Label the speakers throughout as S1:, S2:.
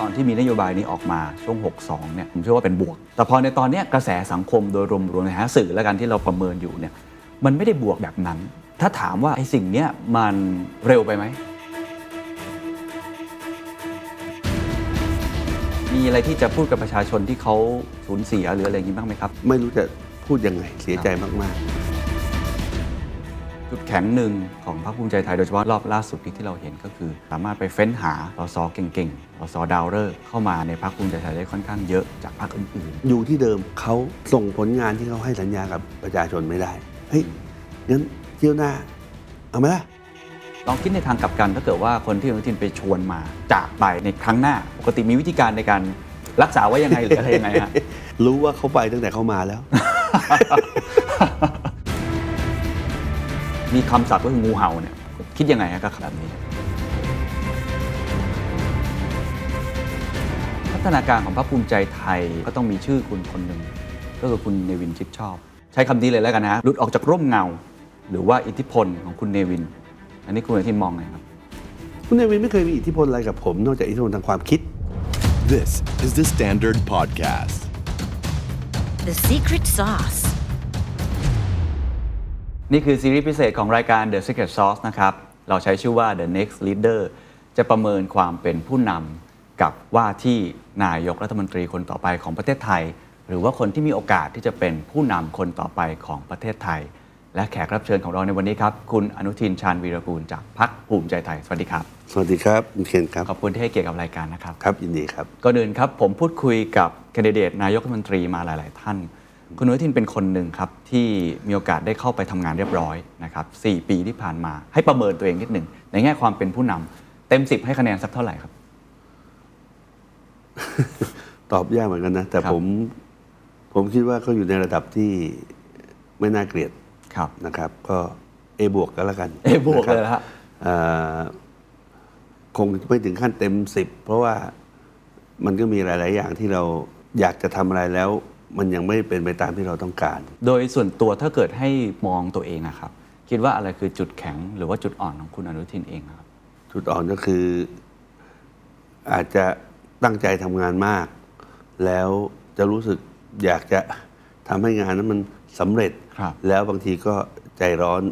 S1: ตอนที่มีนโยบายนี้ออกมาช่วง 62 เนี่ยผมเชื่อว่าเป็นบวก แต่พอในตอนเนี้ยกระแสสังคมโดยรวมๆในฐานะสื่อและการที่เราประเมินอยู่เนี่ยมันไม่ได้บวกแบบนั้น ถ้าถามว่าไอ้สิ่งเนี้ยมันเร็วไปไหม มีอะไรที่จะพูดกับประชาชนที่เขาสูญเสียหรืออะไรอย่างนี้บ้างไหมครับ
S2: ไม่รู้จะพูดยังไงเสียใจมาก
S1: จุดแข็งหนึ่งของพรรคภูมิใจไทยโดยเฉพาะรอบล่าสุดที่เราเห็นก็คือ สามารถไปเฟ้นหาสสเก่งๆสสดาวฤกษ์เข้ามาในพรรคภูมิใจไทยได้ค่อนข้างเยอะจากพรรคอื่น
S2: ๆ อยู่ที่เดิมเขาส่งผลงานที่เขาให้สัญญากับประชาชนไม่ได้ เฮ้ยงั้นเที่ยวหน้า เอาไหมล่ะ
S1: ๆ ลองคิดในทางกลับกันถ้าเกิดว่าคนที่อนุทินไปชวนมาจากไปในครั้งหน้า ปกติมีวิธีการในการรักษาไว้ยังไงหรืออะไรยังไงฮะ
S2: รู้ว่าเขาไปตั้งแต่เขามา แล้ว
S1: มีคำศัพท์ก็คืองูเห่าเนี่ยคิดยังไงฮะกับคำแบบนี้ พัฒนาการของพรรคภูมิใจไทยก็ต้องมีชื่อคุณคนหนึ่งก็คือคุณเนวินชิดชอบ ใช้คำนี้เลยแล้วกันนะฮะหลุดออกจากร่มเงา หรือว่าอิทธิพลของคุณเนวิน อันนี้คุณอนุทินมองไงครับ
S2: คุณเนวินไม่เคยมีอิทธิพลอะไรกับผม นอกจากอิทธิพลทางความคิด
S3: This is the Standard Podcast.
S4: The secret sauce.
S1: นี่คือซีรีส์พิเศษของรายการ The Secret Sauce นะครับ เราใช้ชื่อว่า The Next Leader จะประเมินความเป็นผู้นำกับว่าที่นายกรัฐมนตรีคนต่อไปของประเทศไทย หรือว่าคนที่มีโอกาสที่จะเป็นผู้นำคนต่อไปของประเทศไทย และแขกรับเชิญของเราในวันนี้ครับ คุณอนุทินชาญวีรกูลจากพรรคภูมิใจไทย สวัสดีครับ
S2: สวัสดีครับคุณเคนครับ
S1: ขอบคุณที่ให้เกียรติกับรายการนะครับ
S2: ครับยินดีครับ
S1: ก่อนอื่นครับ ผมพูดคุยกับแคนดิเดตนายกรัฐมนตรีมาหลาย ๆ ท่าน คุณอนุทินเป็นคนหนึ่งครับ ที่มีโอกาสได้เข้าไปทำงานเรียบร้อยนะครับสปีที่ผ่านมา ให้ประเมินตัวเองนิดหนึ่ง ในแง่ความเป็นผู้นำเต็ม 10 ให้คะแนนสักเท่าไหร่ครับ
S2: ตอบยากเหมือนกันนะ แต่
S1: ครับ
S2: ผม ผมคิดว่าเขาอยู่ในระดับที่ไม่น่าเกลียด
S1: ครับ
S2: นะครับ ก็เอ บวกก็แล้วกัน
S1: A บวกเลยเหรอฮะ
S2: เอ่อคงไม่ถึงขั้นเต็มสิบเพราะว่ามันก็มีหลาย ๆ อย่างที่เราอยากจะทำอะไรแล้ว มันยังไม่เป็นไปตามที่เราต้องการ
S1: โดยส่วนตัวถ้าเกิดให้มองตัวเองอะครับ คิดว่าอะไรคือจุดแข็งหรือว่าจุดอ่อนของคุณอนุทินเองอะครับ
S2: จุดอ่อนก็คือ อาจจะตั้งใจทำงานมาก แล้วจะรู้สึกอยากจะทำให้งานนั้นมันสำเร็จ
S1: ครับ
S2: แล้วบางทีก็ใจร้อน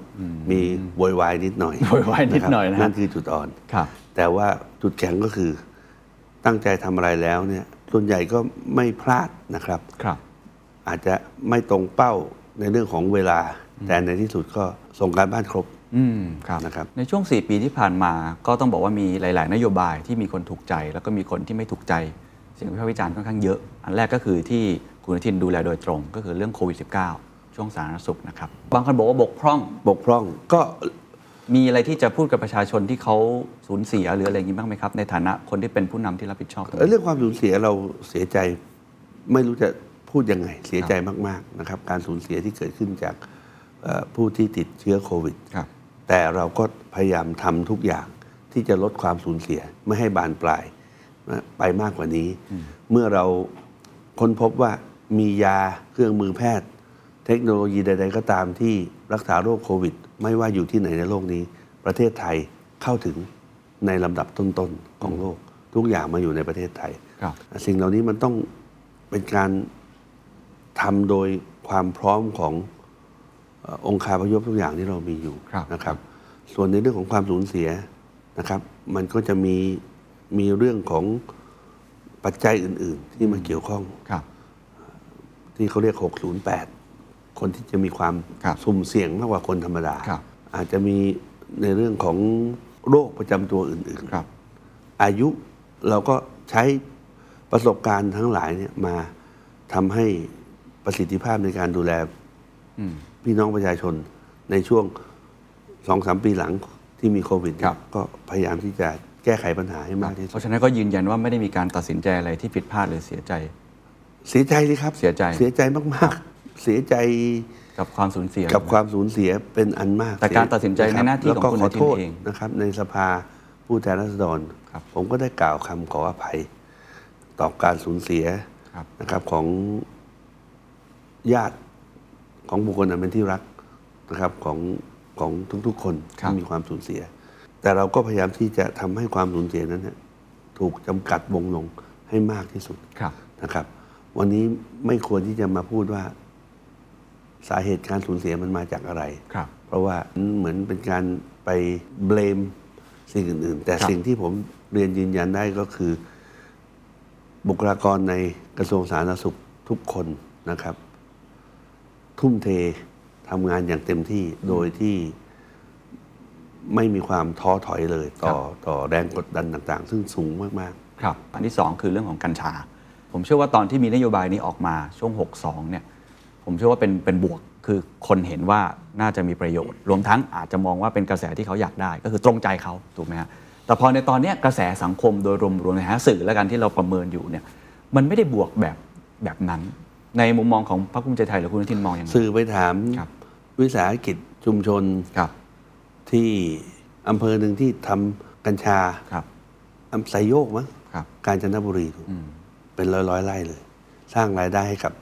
S2: มีโวยวายนิดหน่อย
S1: โวยวายนิดหน่อยนะ
S2: ค
S1: ฮะ
S2: รับนั่นคือจุดอ่อน
S1: ครับ
S2: แต่ว่าจุดแข็งก็คือตั้งใจทำอะไรแล้วเนี่ยส่วนใหญ่ก็ไม่พลาดนะครับ
S1: ครับ
S2: อาจจะไม่ตรงเป้าในเรื่องของเวลา แต่ในที่สุดก็ส่งการบ้านครบ
S1: อืมครับ
S2: นะครับ
S1: ในช่วง 4 ปีที่ผ่านมาก็ต้องบอกว่ามีหลาย ๆ นโยบายที่มีคนถูกใจ แล้วก็มีคนที่ไม่ถูกใจเสียงวิพากษ์วิจารณ์ค่อนข้างเยอะ อันแรกก็คือที่คุณอนุทินดูแลโดยตรงก็คือเรื่องโควิด -19 ช่วงสาธารณสุขนะครับ บางคนบอกว่าบกพร่อง
S2: บกพร่องก็
S1: มีอะไรที่จะพูดกับประชาชนที่เขาสูญเสียหรืออะไรอย่างนี้บ้างไหมครับ ในฐานะคนที่เป็นผู้นำที่รับผิดชอบตรงนี้
S2: เรื่องความสูญเสียเราเสียใจไม่รู้จะพูดยังไง เสียใจมาก ๆ นะครับ การสูญเสียที่เกิดขึ้นจากเอ่อผู้ที่ติดเชื้อโควิด
S1: ครับ
S2: แต่เราก็พยายามทำทุกอย่างที่จะลดความสูญเสียไม่ให้บานปลายนะไปมากกว่านี้ เมื่อเราค้นพบว่ามียาเครื่องมือแพทย์ เทคโนโลยีใด ๆ ก็ตามที่รักษาโรคโควิด ไม่ว่าอยู่ที่ไหนในโลกนี้ ประเทศไทยเข้าถึงในลำดับต้น ๆ ของโลก ทุกอย่างมาอยู่ในประเทศไทย
S1: ครับ
S2: สิ่งเหล่านี้มันต้องเป็นการทำโดยความพร้อมของเอ่อองค์คาพยพทุกอย่างที่เรามีอยู่
S1: ครับ
S2: นะครับ ส่วนในเรื่องของความสูญเสียนะครับ มันก็จะมีมีเรื่องของปัจจัยอื่น ๆ ที่มาเกี่ยวข้อง
S1: ครับ
S2: ที่เขาเรียก 608 คนที่จะมีความ
S1: ครับ
S2: สุ่มเสี่ยงมากกว่าคนธรรมดา
S1: ครับ
S2: อาจจะมีในเรื่องของโรคประจำตัวอื่น ๆ
S1: ครับ
S2: อายุเราก็ใช้ประสบการณ์ทั้งหลายเนี่ยมาทำให้ประสิทธิภาพในการดูแล
S1: อืม
S2: พี่น้องประชาชนในช่วงสองสามปีหลังที่มีโควิดเนี่ย
S1: ครับ
S2: ก็พยายามที่จะแก้ไขปัญหาให้มากที่
S1: เพ
S2: สุด
S1: ราะฉะนั้นก็ยืนยันว่าไม่ได้มีการตัดสินใจอะไรที่ผิดพลาดหรือเสียใจ
S2: เสียใจสิครับ
S1: เสียใจ
S2: เสียใจมากๆ เสียใจ
S1: กับความสูญเสีย
S2: กับความสูญเสียเป็นอันมาก
S1: แต่การตัดสินใจ
S2: ะครับ
S1: ในหน้าที่
S2: แล้วก็
S1: ของคุณ
S2: ขอโทษ
S1: อนุทินเอง
S2: นะครับในสภาผู้แทนราษฎร
S1: ครับ
S2: ผมก็ได้กล่าวคำขออภัยต่อการสูญเสีย
S1: ครับ
S2: นะครับของญาติของบุคคลอันเป็นที่รักนะครับของของทุกๆ คน
S1: ครับ
S2: ที่มีความสูญเสีย แต่เราก็พยายามที่จะทำให้ความสูญเสียนั้นเนี่ย ถูกจำกัดวงลงให้มากที่สุด
S1: ครับ
S2: นะครับ วันนี้ไม่ควรที่จะมาพูดว่าสาเหตุการสูญเสียมันมาจากอะไร
S1: ครับ
S2: เพราะว่าเหมือนเป็นการไปเบลมสิ่งอื่นๆ แต่
S1: ครับ
S2: สิ่งที่ผมเรียนยืนยันได้ก็คือ บุคลากรในกระทรวงสาธารณสุขทุกคนนะครับ ทุ่มเททำงานอย่างเต็มที่โดยที่ไม่มีความท้อถอยเลย ต่อ
S1: ครับ
S2: ต่อแรงกดดันต่างๆ ซึ่งสูงมาก
S1: ครับ อันที่ 2 คือเรื่องของกัญชา ผมเชื่อว่าตอนที่มีนโยบายนี้ออกมาช่วง 62 เนี่ย ผมเชื่อว่าเป็นเป็นบวก คือคนเห็นว่าน่าจะมีประโยชน์ รวมทั้งอาจจะมองว่าเป็นกระแสที่เขาอยากได้ ก็คือตรงใจเขาถูกไหมฮะ แต่พอในตอนเนี้ยกระแสสังคมโดยรวมรวมในฐานะสื่อและกันที่เราประเมินอยู่เนี่ย มันไม่ได้บวกแบบแบบนั้น ในมุมมองของพรรคภูมิใจไทยหรือคุณอนุทินมองอย่าง
S2: ๆ
S1: ไร
S2: สื่อไปถาม
S1: ครับ
S2: วิสาหกิจชุมชน
S1: ครับ
S2: ที่อำเภอหนึ่งที่ทำกัญชา
S1: ครับ
S2: อำไซโยกมั้ง
S1: ครับ
S2: กาญจนบุรีถูก
S1: อืม
S2: เป็นร้อยร้อยๆไร่เลย สร้างรายได้ให้กับ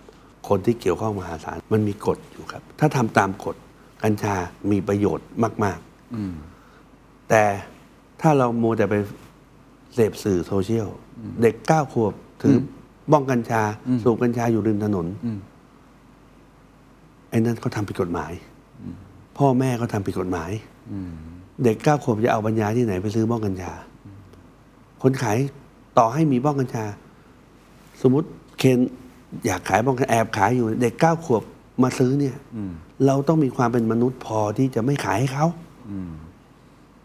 S2: คนที่เกี่ยวข้องมหาศาล มันมีกฎอยู่ครับ ถ้าทำตามกฎกัญชามีประโยชน์มาก
S1: อืม
S2: ๆ แต่ถ้าเรามัวแต่ไปเสพสื่อโซเชียล เด็กเก้าขวบถืออบ้องกัญชา สูบกัญชาอยู่ริมถนน
S1: อืม
S2: ไอ้นั่นเขาทำผิดกฎหมาย พ่อแม่ก็ทำผิดกฎหมาย เด็กเก้าขวบจะเอาปัญญาที่ไหนไปซื้อบ้องกัญชา คนขายต่อให้มีบ้องกัญชา สมมติเคนอยากขายบ้องกัญแอบขายอยู่ เด็กเก้าขวบมาซื้อเนี่ยเราต้องมีความเป็นมนุษย์พอที่จะไม่ขายให้เขา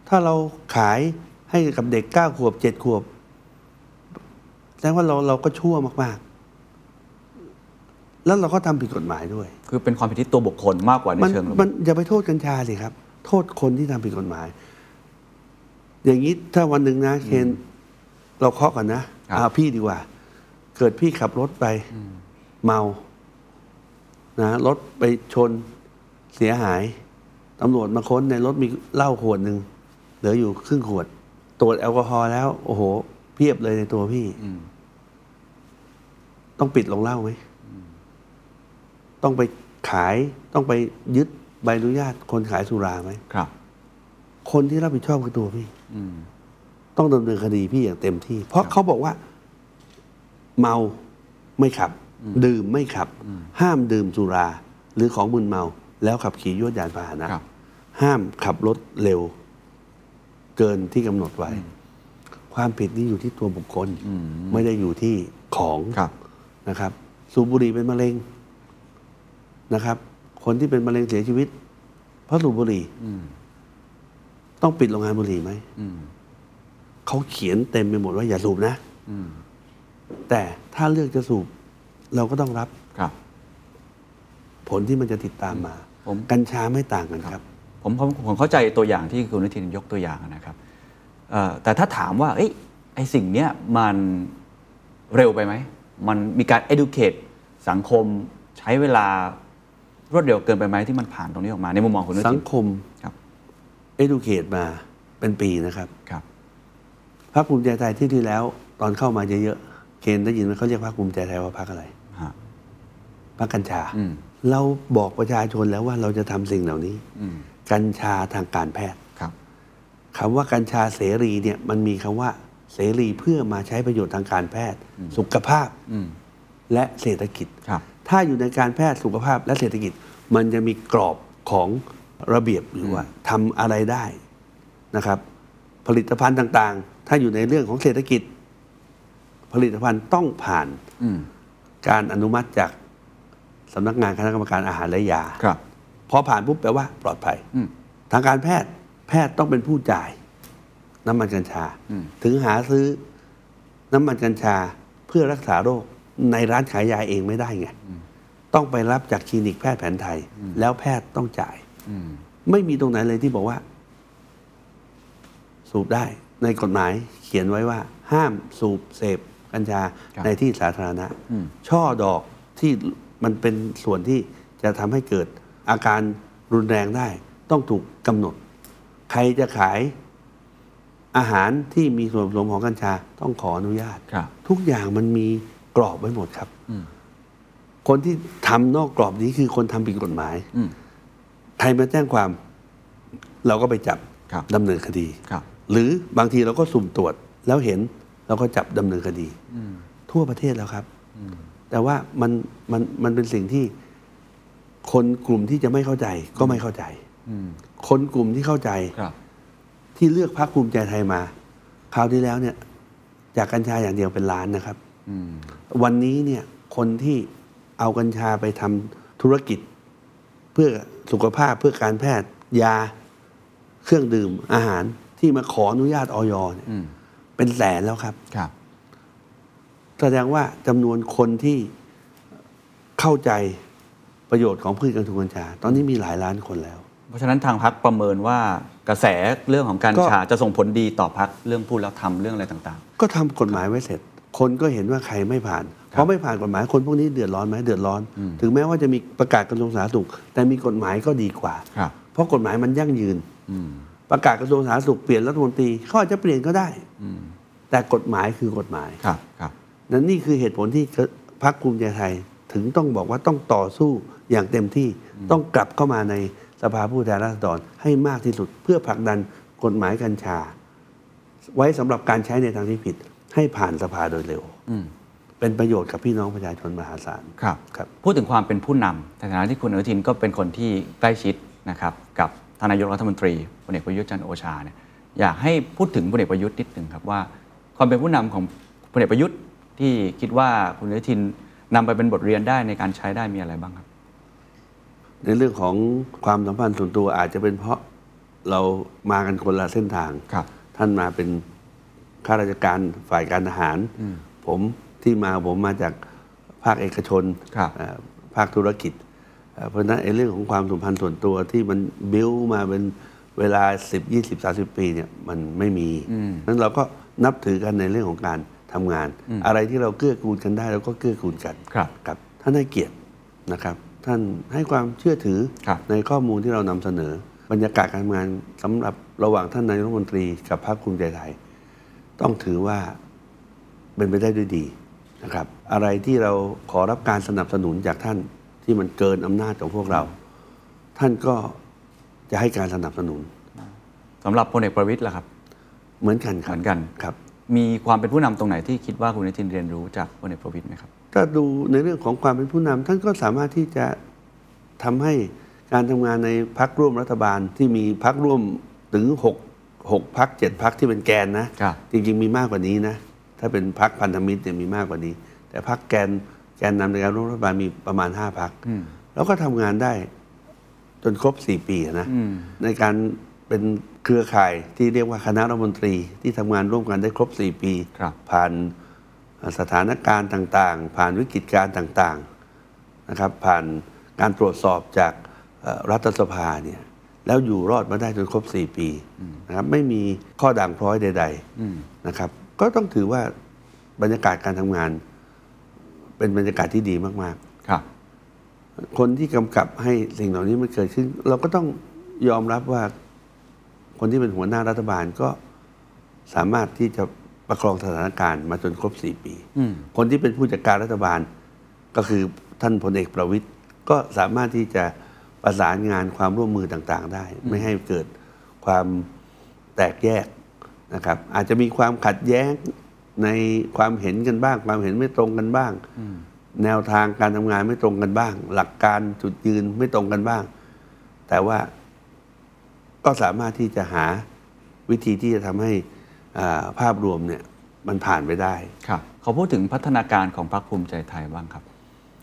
S2: ถ้าเราขายให้กับเด็กเก้าขวบเจ็ดขวบแสดงว่าเราเราก็ชั่วมากๆ แล้วเราก็ทำผิดกฎหมายด้วย
S1: คือเป็นความผิดที่ตัวบุคคลมากกว่าใน
S2: มัน
S1: เชิงระบบ
S2: มันอย่าไปโทษกัญชาสิครับ โทษคนที่ทำผิดกฎหมาย อย่างนี้ถ้าวันหนึ่งนะเคนเราเคาะกันนะครับ เอาพี่ดีกว่า เกิดพี่ขับรถไปเมานะรถไปชนเสียหายตำรวจมาค้นในรถมีเหล้าขวดหนึ่งเหลืออยู่ครึ่งขวด ตรวจแอลกอฮอล์แล้ว โอ้โห เพียบเลยในตัวพี่ ต้องปิดลงเหล้าไหม ต้องไปขายต้องไปยึดใบอนุญาตคนขายสุราไหม
S1: ครับ
S2: คนที่รับผิดชอบคือตัวพี่
S1: อืม
S2: ต้องดำเนินคดีพี่อย่างเต็มที่ เพราะเขาบอกว่า เมาไม่ขับ ดื่มไม่ขับ ห้ามดื่มสุรา หรือของมึนเมา แล้วขับขี่ยวดยานพาหนะครับ ห้ามขับรถเร็ว เกินที่กำหนดไว้ ความผิดนี่อยู่ที่ตัวบุคคล ไม่ได้อยู่ที่ของ
S1: ครับ
S2: นะครับ สูบบุหรี่เป็นมะเร็งนะครับ คนที่เป็นมะเร็งเสียชีวิต เพราะสูบบุหรี่ต้องปิดโรงงานบุหรี่ไหม
S1: อืม
S2: เขาเขียนเต็มไปหมดว่าอย่าสูบนะ
S1: อืม
S2: แต่ถ้าเลือกจะสูบ เราก็ต้องรับ
S1: ครับ
S2: ผลที่มันจะติดตามมา
S1: ผม
S2: กัญชาไม่ต่างกันครับ
S1: ผมผมผมเข้าใจตัวอย่างที่คุณอนุทินยกตัวอย่างนะครับเอ่อแต่ถ้าถามว่าเอ้ยไอสิ่งเนี้ยมันเร็วไปไหม มันมีการ educate สังคมใช้เวลารวดเร็วเกินไปไหมที่มันผ่านตรงนี้ออกมาในมุมมองของคุณอนุ
S2: สั
S1: ทิ
S2: ง
S1: น
S2: คม
S1: ครับ
S2: educate มาเป็นปีนะครับ
S1: ครับ
S2: พรรคภูมิใจไทยที่ที่แล้ว ตอนเข้ามาเยอะๆเคนได้ยินไหมเขาเรียกพรรคภูมิใจไทยว่าพรรคอะไร
S1: ฮะ
S2: พรรคกัญชา
S1: อืม
S2: เราบอกประชาชนแล้วว่าเราจะทำสิ่งเหล่านี้
S1: อืม
S2: กัญชาทางการแพทย์
S1: ครับ
S2: คำว่ากัญชาเสรีเนี่ยมันมีคำว่าเสรีเพื่อมาใช้ประโยชน์ทางการแพทย์ สุขภาพ
S1: อืม
S2: และเศรษฐกิจ
S1: ครับ
S2: ถ้าอยู่ในการแพทย์สุขภาพและเศรษฐกิจ มันจะมีกรอบของระเบียบอยู่ว่าทำอะไรได้นะครับ ผลิตภัณฑ์ต่างๆ ถ้าอยู่ในเรื่องของเศรษฐกิจ ผลิตภัณฑ์ต้องผ่าน
S1: อืม
S2: การอนุมัติจากสำนักงานคณะกรรมการอาหารและยา
S1: ครับ
S2: พอผ่านปุ๊บแปลว่าปลอดภัย
S1: อืม
S2: ทางการแพทย์แพทย์ต้องเป็นผู้จ่าย น้ำมันกัญชา
S1: อืม
S2: ถึงหาซื้อน้ำมันกัญชาเพื่อรักษาโรคในร้านขายยาเองไม่ได้ไงต้องไปรับจากคลินิกแพทย์แผนไทย แล้วแพทย์ต้องจ่าย
S1: อืม
S2: ไม่มีตรงไหนเลยที่บอกว่า สูบได้ในกฎหมายเขียนไว้ว่า ห้ามสูบเสพกัญชา
S1: ครับ
S2: ในที่สาธารณะ
S1: อืม
S2: ช่อดอกที่มันเป็นส่วนที่จะทำให้เกิดอาการรุนแรงได้ ต้องถูกกำหนด ใครจะขายอาหารที่มีส่วนผสมของกัญชาต้องขออนุญาต
S1: ครับ
S2: ทุกอย่างมันมีกรอบไว้หมดครับ
S1: อืม
S2: คนที่ทำนอกกรอบนี้คือคนทำผิดกฎหมาย
S1: อืม
S2: ใครมาแจ้งความ เราก็ไปจับ
S1: ครับ
S2: ดำเนินคดี
S1: ครับ
S2: หรือบางทีเราก็สุ่มตรวจแล้วเห็น แล้วก็จับดำเนินคดี ทั่วประเทศแล้วครับ แต่ว่ามันมันมันเป็นสิ่งที่คนกลุ่มที่จะไม่เข้าใจก็ไม่เข้าใจ
S1: อืม
S2: คนกลุ่มที่เข้าใจ
S1: ครับ
S2: ที่เลือกพรรคภูมิใจไทยมา คราวที่แล้วเนี่ย จากกัญชาอย่างเดียวเป็นล้านนะครับ
S1: อืม
S2: วันนี้เนี่ยคนที่เอากัญชาไปทำธุรกิจ เพื่อสุขภาพเพื่อการแพทย์ ยาเครื่องดื่มอาหารที่มาขออนุญาตออยเนี่ย
S1: อืม
S2: เป็นแสนแล้วครับ
S1: ครับ
S2: แสดงว่าจำนวนคนที่เข้าใจประโยชน์ของพืชการทุงกัญชา ตอนนี้มีหลายล้านคนแล้ว
S1: เพราะฉะนั้นทางพักประเมินว่ากระแสเรื่องของการ
S2: ก็
S1: ชาจะส่งผลดีต่อพักเรื่องพูดแล้วทำเรื่องอะไรต่าง
S2: ก็ทำกฎหมายไว้เสร็จ คนก็เห็นว่าใครไม่ผ่านเพราะไม่ผ่านกฎหมายคนพวกนี้เดือดร้อนไหมเดือดร้อน
S1: อืม
S2: ถึงแม้ว่าจะมีประกาศกระทรวงสาธารณสุข แต่มีกฎหมายก็ดีกว่า
S1: ๆ ครับ
S2: เพราะกฎหมายมันยั่งยืน
S1: อืม
S2: ประกาศกระทรวงสาธารณสุขเปลี่ยนรัฐมนตรีเขาอาจจะเปลี่ยนก็ได้
S1: อืม
S2: แต่กฎหมายคือกฎหมาย
S1: ครับครับ
S2: นั่นนี่คือเหตุผลที่พรรคภูมิใจไทย ถึงต้องบอกว่าต้องต่อสู้อย่างเต็มที่ต้องกลับเข้ามาในสภาผู้แทนราษฎรให้มากที่สุด เพื่อผลักดันกฎหมายกัญชา ไว้สำหรับการใช้ในทางที่ผิด ให้ผ่านสภาโดยเร็ว
S1: อืม
S2: เป็นประโยชน์กับพี่น้องประชาชนมหาศาล
S1: ครับ
S2: ครับ
S1: พูดถึงความเป็นผู้นำในฐานะที่คุณอนุทินก็เป็นคนที่ใกล้ชิดนะครับกับทานนายกรัฐมนตรีพลเอกประยุทธ์จันทร์โอชาเนี่ยอยากให้พูดถึงพลเอกประยุทธ์นิดหนึ่งครับว่า ความเป็นผู้นำของพลเอกประยุทธ์ที่คิดว่าคุณอนุทินนำไปเป็นบทเรียนได้ในการใช้ได้มีอะไรบ้างครับ
S2: ในเรื่องของความสัมพันธ์ส่วนตัวอาจจะเป็นเพราะเรามากันคนละเส้นทาง
S1: ครับ
S2: ท่านมาเป็นข้าราชการฝ่ายการทหาร ผมที่มาผมมาจากภาคเอกชน
S1: ครับ
S2: เอ่อภาคธุรกิจเอ่อเพราะฉะนั้นไอ้เรื่องของความสัมพันธ์ส่วนตัวที่มันบิ้วมาเป็นเวลา 10 20 30 ปีเนี่ยมันไม่มี
S1: อืม
S2: นั้นเราก็นับถือกันในเรื่องของการทำงาน อะไรที่เราเกื้อกูลกันได้เราก็เกื้อกูลกัน
S1: ครับ
S2: ครับท่านให้เกียรตินะครับ ท่านให้ความเชื่อถือ
S1: ครับ
S2: ในข้อมูลที่เรานำเสนอ บรรยากาศการทำงานสำหรับระหว่างท่านนายกรัฐมนตรีกับพรรคภูมิใจไทย ต้องถือว่าเป็นไปได้ด้วยดีนะครับ อะไรที่เราขอรับการสนับสนุนจากท่านที่มันเกินอำนาจของพวกเรา ท่านก็จะให้การสนับสนุน
S1: สำหรับพลเอกประวิตยล่ะครับ
S2: เหมือนกันครับ
S1: เหมือนกัน
S2: ครับ
S1: มีความเป็นผู้นำตรงไหนที่คิดว่าคุณอนุทินเรียนรู้จากพลเอกประวิตยไหมครับ
S2: ถ้าดูในเรื่องของความเป็นผู้นำท่านก็สามารถที่จะทำให้การทำงานในพักร่วมรัฐบาลที่มีพักร่วมถึง6 6พักเจ็ดพักที่เป็นแกนนะครับ จริงๆมีมากกว่านี้นะถ้าเป็นพักพันธมิตรเนี่ยมีมากกว่านี้ แต่พักแกนแกนนำในการร่วมรัฐบาลมีประมาณ5พัก
S1: อืม
S2: แล้วก็ทำงานได้จนครบ 4 ปีอะนะ
S1: อืม
S2: ในการเป็นเครือข่ายที่เรียกว่าคณะรัฐมนตรีที่ทำงานร่วมกันได้ครบ 4 ปี
S1: ครับ
S2: ผ่านสถานการณ์ต่างๆ ผ่านวิกฤตการณ์ต่างๆนะครับ ผ่านการตรวจสอบจากเอ่อรัฐสภาเนี่ยแล้วอยู่รอดมาได้จนครบ 4 ปีนะครับไม่มีข้อด่างพร้อยใด
S1: อืม
S2: ๆนะครับ ก็ต้องถือว่าบรรยากาศการทำงาน เป็นบรรยากาศที่ดีมากๆ
S1: ครับ
S2: คนที่กำกับให้สิ่งเหล่านี้มันเกิดขึ้น เราก็ต้องยอมรับว่าคนที่เป็นหัวหน้ารัฐบาลก็สามารถที่จะประคองสถานการณ์มาจนครบสี่ปี
S1: อืม
S2: คนที่เป็นผู้จัดการรัฐบาล ก็คือท่านพลเอกประวิตยก็สามารถที่จะประสานงานความร่วมมือต่างๆ ได้ ไม่ให้เกิดความแตกแยกนะครับ อาจจะมีความขัดแย้งในความเห็นกันบ้าง ความเห็นไม่ตรงกันบ้าง แนวทางการทำงานไม่ตรงกันบ้าง หลักการจุดยืนไม่ตรงกันบ้าง แต่ว่าก็สามารถที่จะหาวิธีที่จะทำให้อ่าภาพรวมเนี่ยมันผ่านไปได้
S1: ครับขอพูดถึงพัฒนาการของพรรคภูมิใจไทยบ้างครับ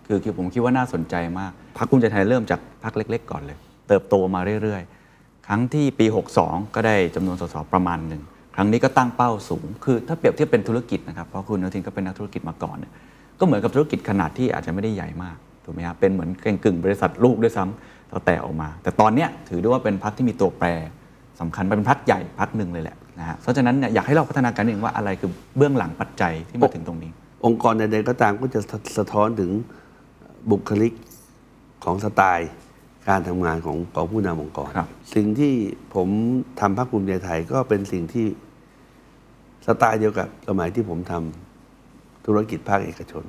S1: คือคือผมคิดว่าน่าสนใจมากพรรคภูมิใจไทยเริ่มจากพรรคเล็ก ๆ ก่อนเลย เติบโตมาเรื่อย ๆ ครั้งที่ปี 62 ก็ได้จำนวนสสประมาณหนึ่ง ครั้งนี้ก็ตั้งเป้าสูง คือถ้าเปรียบเทียบเป็นธุรกิจนะครับ เพราะคุณอนุทินก็เป็นนักธุรกิจมาก่อนเนี่ยก็เหมือนกับธุรกิจขนาดที่อาจจะไม่ได้ใหญ่มากถูกไหมครับเป็นเหมือนกึ่งกึ่งๆบริษัทลูกด้วยซ้ำต่อแต่ออกมา แต่ตอนเนี้ยถือได้ว่าเป็นพรรคที่มีตัวแปรสำคัญเป็นพรรคใหญ่พรรคหนึ่งเลยแหละนะฮะเพราะฉะนั้นเนี่ยอยากให้เราพัฒนาการนิดนึงว่าอะไรคือเบื้องหลังปัจจัยที่มาถึงตรงนี้
S2: องค์กรใดๆก็ตามก็จะสะสะท้อนถึงบุคลิกของสไตล์การทำงานของของผู้นำองค์กร
S1: ครับ
S2: สิ่งที่ผมทำภาคภูมิใจไทยก็เป็นสิ่งที่สไตล์เดียวกับสมัยที่ผมทำธุรกิจภาคเอกชน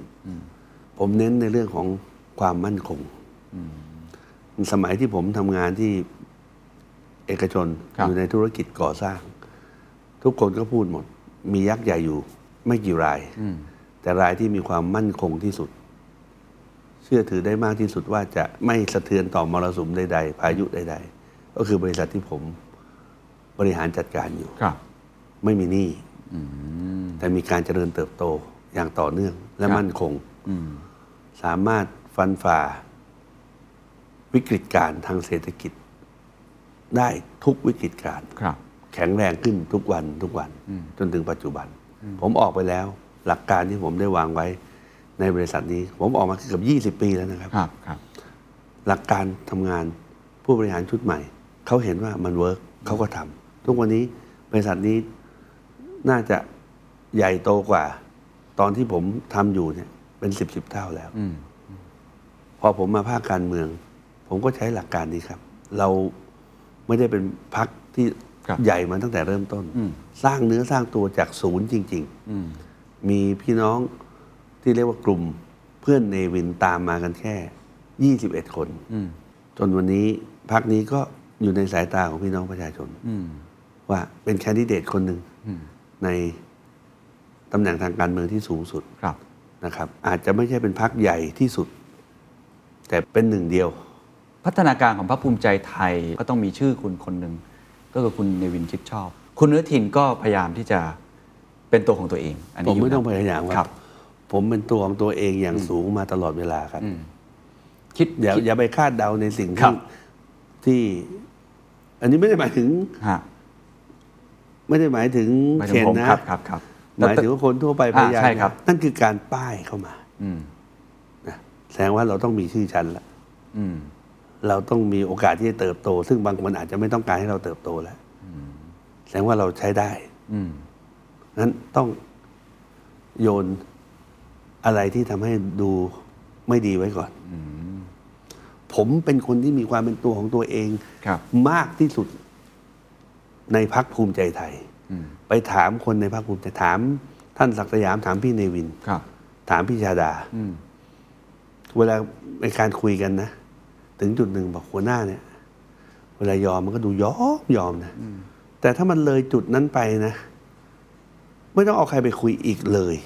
S2: ผมเน้นในเรื่องของความมั่นคง สมัยที่ผมทำงานที่เอกชน
S1: ครับ
S2: อยู่ในธุรกิจก่อสร้าง ทุกคนก็พูดหมด มียักษ์ใหญ่อยู่ ไม่กี่ราย แต่รายที่มีความมั่นคงที่สุด เชื่อถือได้มากที่สุดว่าจะไม่สะเทือนต่อมรสุมใดๆ พายุใด ๆ ก็คือบริษัทที่ผมบริหารจัดการอยู่
S1: ครับ
S2: ไม่มีหนี้แต่มีการเจริญเติบโตอย่างต่อเนื่องและ
S1: ครับ
S2: มั่นคง สามารถฟันฝ่า วิกฤตการณ์ทางเศรษฐกิจ ได้ทุกวิกฤตการณ์
S1: ครับ
S2: แข็งแรงขึ้นทุกวันทุกวัน จนถึงปัจจุบัน ผมออกไปแล้ว หลักการที่ผมได้วางไว้ในบริษัทนี้ ผมออกมาเกือบ20 ปีแล้วนะครับ
S1: ครับ ครับ
S2: หลักการทำงานผู้บริหารชุดใหม่ เขาเห็นว่ามันเวิร์กเขาก็ทำทุกวันนี้บริษัทนี้น่าจะใหญ่โตกว่า ตอนที่ผมทำอยู่เนี่ย เป็นสิบสิบเท่าแล้ว
S1: อืม
S2: พอผมมาภาคการเมือง ผมก็ใช้หลักการนี้ครับ เราไม่ได้เป็นพักที่
S1: ครับ
S2: ใหญ่มาตั้งแต่เริ่มต้น
S1: อืม
S2: สร้างเนื้อสร้างตัวจากศูนย์จริง ๆ
S1: อืม
S2: มีพี่น้องที่เรียกว่ากลุ่มเพื่อนเนวินตามมากันแค่ 21 คน
S1: อืม
S2: จนวันนี้พักนี้ก็อยู่ในสายตาของพี่น้องประชาชน
S1: อืม
S2: ว่าเป็นแคนดิเดตคนหนึ่ง
S1: อืม
S2: ในตำแหน่งทางการเมืองที่สูงสุด
S1: ครับ
S2: นะครับ อาจจะไม่ใช่เป็นพักใหญ่ที่สุด แต่เป็นหนึ่งเดียว
S1: พัฒนาการของพรรคภูมิใจไทยก็ต้องมีชื่อคุณคนหนึ่งก็คือคุณเนวินชิดชอบ คุณอนุทินก็พยายามที่จะเป็นตัวของตัวเอง อันนี้
S2: ผม
S1: ยู่
S2: ไม่
S1: นะ
S2: ต้องพยายามค
S1: ค
S2: รั
S1: รับ บ
S2: ผมเป็นตัวของตัวเองอย่างสูงมาตลอดเวลาครับ
S1: อืม คิด
S2: อย่า
S1: คิด
S2: อย่าไปคาดเดาในสิ่ง
S1: ครั
S2: ที่
S1: บ
S2: ที่ อันนี้ไม่ได้หมายถึง
S1: ฮะ
S2: ไม่ได้หมายถึง
S1: หมาย
S2: เข
S1: ถึง
S2: ต
S1: ผม
S2: นะครับ
S1: ครับครับ
S2: หมายถึงว่าคนทั่วไปพยายา
S1: อ่
S2: ม
S1: ใช่ครับ
S2: นั่นคือการป้ายเข้ามา
S1: อืม
S2: นะแสดงว่าเราต้องมีชื่อชั้นละ
S1: อืม
S2: เราต้องมีโอกาสที่จะเติบโต ซึ่งบางคนอาจจะไม่ต้องการให้เราเติบโตแล้วแสดงว่าเราใช้ได้
S1: อืม
S2: นั้นต้องโยนอะไรที่ทำให้ดูไม่ดีไว้ก่อนผมเป็นคนที่มีความเป็นตัวของตัวเอง
S1: ครับ
S2: มากที่สุดในพักภูมิใจไทย
S1: อืม
S2: ไปถามคนในภาคภูมิใจถามท่านศักดิ์สยามถามพี่เนวิน
S1: ครับ
S2: ถามพี่ชาดา
S1: อืม
S2: เวลาในการคุยกันนะ ถึงจุดหนึ่งบอกหัวหน้าเนี่ย เวลายอมมันก็ดูยอมยอมนะ แต่ถ้ามันเลยจุดนั้นไปนะ ไม่ต้องเอาใครไปคุยอีกเลย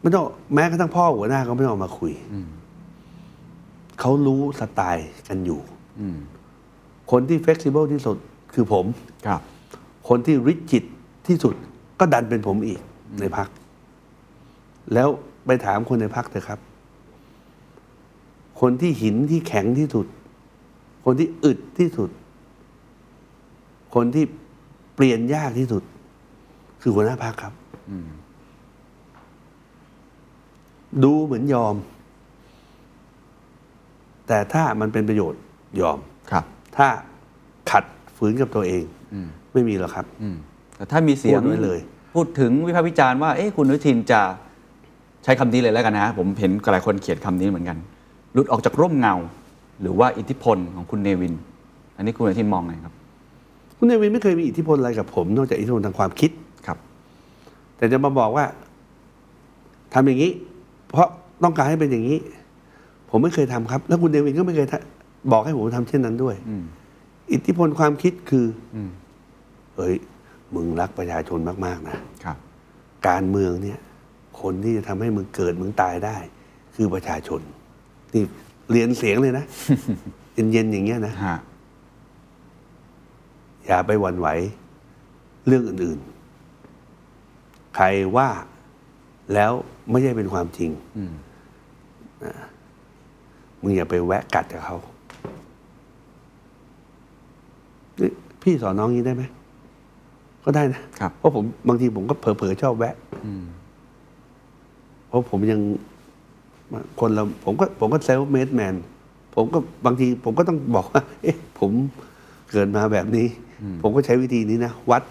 S2: ไม่ต้องแม้กระทั่งพ่อหัวหน้าก็ไม่ต้องเอามาคุยเขารู้สไตล์กันอยู่
S1: อืม
S2: คนที่เฟ x ซิเบิลที่สุดคือผม
S1: ครับ
S2: คนที่ริจิตที่สุดก็ดันเป็นผมอีกในพัก แล้วไปถามคนในพักเถอะครับ คนที่หินที่แข็งที่สุด คนที่อึดที่สุด คนที่เปลี่ยนยากที่สุด คือหัวหน้าพักครับดูเหมือนยอม แต่ถ้ามันเป็นประโยชน์ยอม
S1: ครับ
S2: ถ้าขัดฝืนกับตัวเองไม่มีหรอกครับ
S1: อืม แต่ถ้ามีเสียง
S2: พูดไว้เลย
S1: พูดถึงวิพากษ์วิจารณ์ว่า เอ๊ะ คุณอนุทินจะใช้คำนี้เลยแล้วกันนะ ผมเห็นหลายคนเขียนคำนี้เหมือนกัน หลุดออกจากร่มเงา หรือว่าอิทธิพลของคุณเนวิน อันนี้คุณอนุทินมองไงครับ
S2: คุณเนวินไม่เคยมีอิทธิพลอะไรกับผม นอกจากอิทธิพลทางความคิด
S1: ครับ
S2: แต่จะมาบอกว่าทำอย่างนี้ เพราะต้องการให้เป็นอย่างนี้ ผมไม่เคยทำครับ แล้วคุณเนวินก็ไม่เคยทำบอกให้ผมทำเช่นนั้นด้วย
S1: อืม
S2: อิทธิพลความคิดคืออ
S1: ม
S2: เอ้ยมึงรักประชาชนมากๆนะ
S1: ครับ
S2: การเมืองเนี่ย คนที่จะทำให้มึงเกิดมึงตายได้ คือประชาชนนี่เรียนเสียงเลย นะ เย็นๆอย่างเงี้ยนะ
S1: ฮะ
S2: อย่าไปหวั่นไหวเรื่องอื่นๆ ใครว่าแล้วไม่ใช่เป็นความจริง
S1: อืม
S2: นะมึงอย่าไปแวะกัดกับเขานี่พี่สอนน้องนี้ได้ไหม ก็ได้นะ
S1: ครับ
S2: เพราะผมบางทีผมก็เผลอๆชอบแวะ
S1: อืม
S2: เพราะผมยังคนเราผมก็ผมก็เซลฟ์เมดแมนผมก็บางทีผมก็ต้องบอกว่า เอ๊ะ ผมเกิดมาแบบนี้ ผมก็ใช้วิธีนี้นะ วัด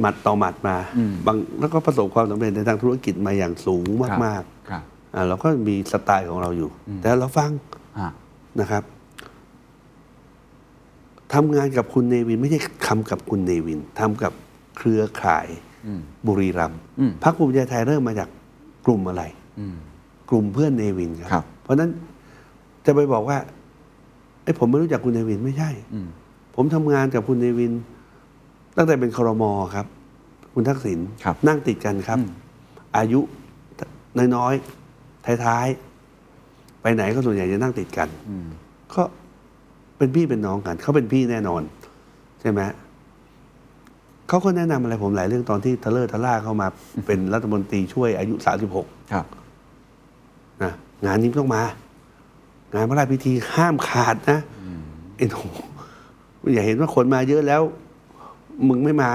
S2: หมัดต่อหมัดมา
S1: อืม
S2: บางแล้วก็ประสบความสำเร็จในทางธุรกิจมาอย่างสูง
S1: ครับ
S2: มาก
S1: ครับ
S2: ๆอ่าเราก็มีสไตล์ของเราอยู่
S1: อืม
S2: แต่เราฟัง
S1: ฮะ
S2: นะครับทำงานกับคุณเนวิน ไม่ใช่ทำกับคุณเนวินทำกับเครือข่าย
S1: อืม
S2: บุรีรัมย์
S1: อืม
S2: พรรคภูมิใจไทยเริ่มมาจากกลุ่มอะไร
S1: อืม
S2: กลุ่มเพื่อนเนวินค
S1: ครั
S2: รับ เพราะฉะนั้นจะไปบอกว่าไอ้ยผมไม่รู้จักคุณเนวินไม่ใช่
S1: อืม
S2: ผมทำงานกับคุณเนวิน ตั้งแต่เป็นครมครับ คุณทักษิณ
S1: ครับ
S2: นั่งติดกันครับ อายุน้อยๆท้ายๆ ไปไหนก็ส่วนใหญ่จะนั่งติดกันก็เป็นพี่เป็นน้องกัน เขาเป็นพี่แน่นอน ใช่ไหมเขาก็แนะนำอะไรผมหลายเรื่องตอนที่ทะเลอร์ทะล่าเข้ามา เป็นรัฐมนตรีช่วยอายุ 36
S1: ครับ
S2: นะงานนี้ต้องมา งานพระราชพิธีห้ามขาดนะไอ้หนูอย่าเห็นว่าคนมาเยอะแล้ว มึงไม่มา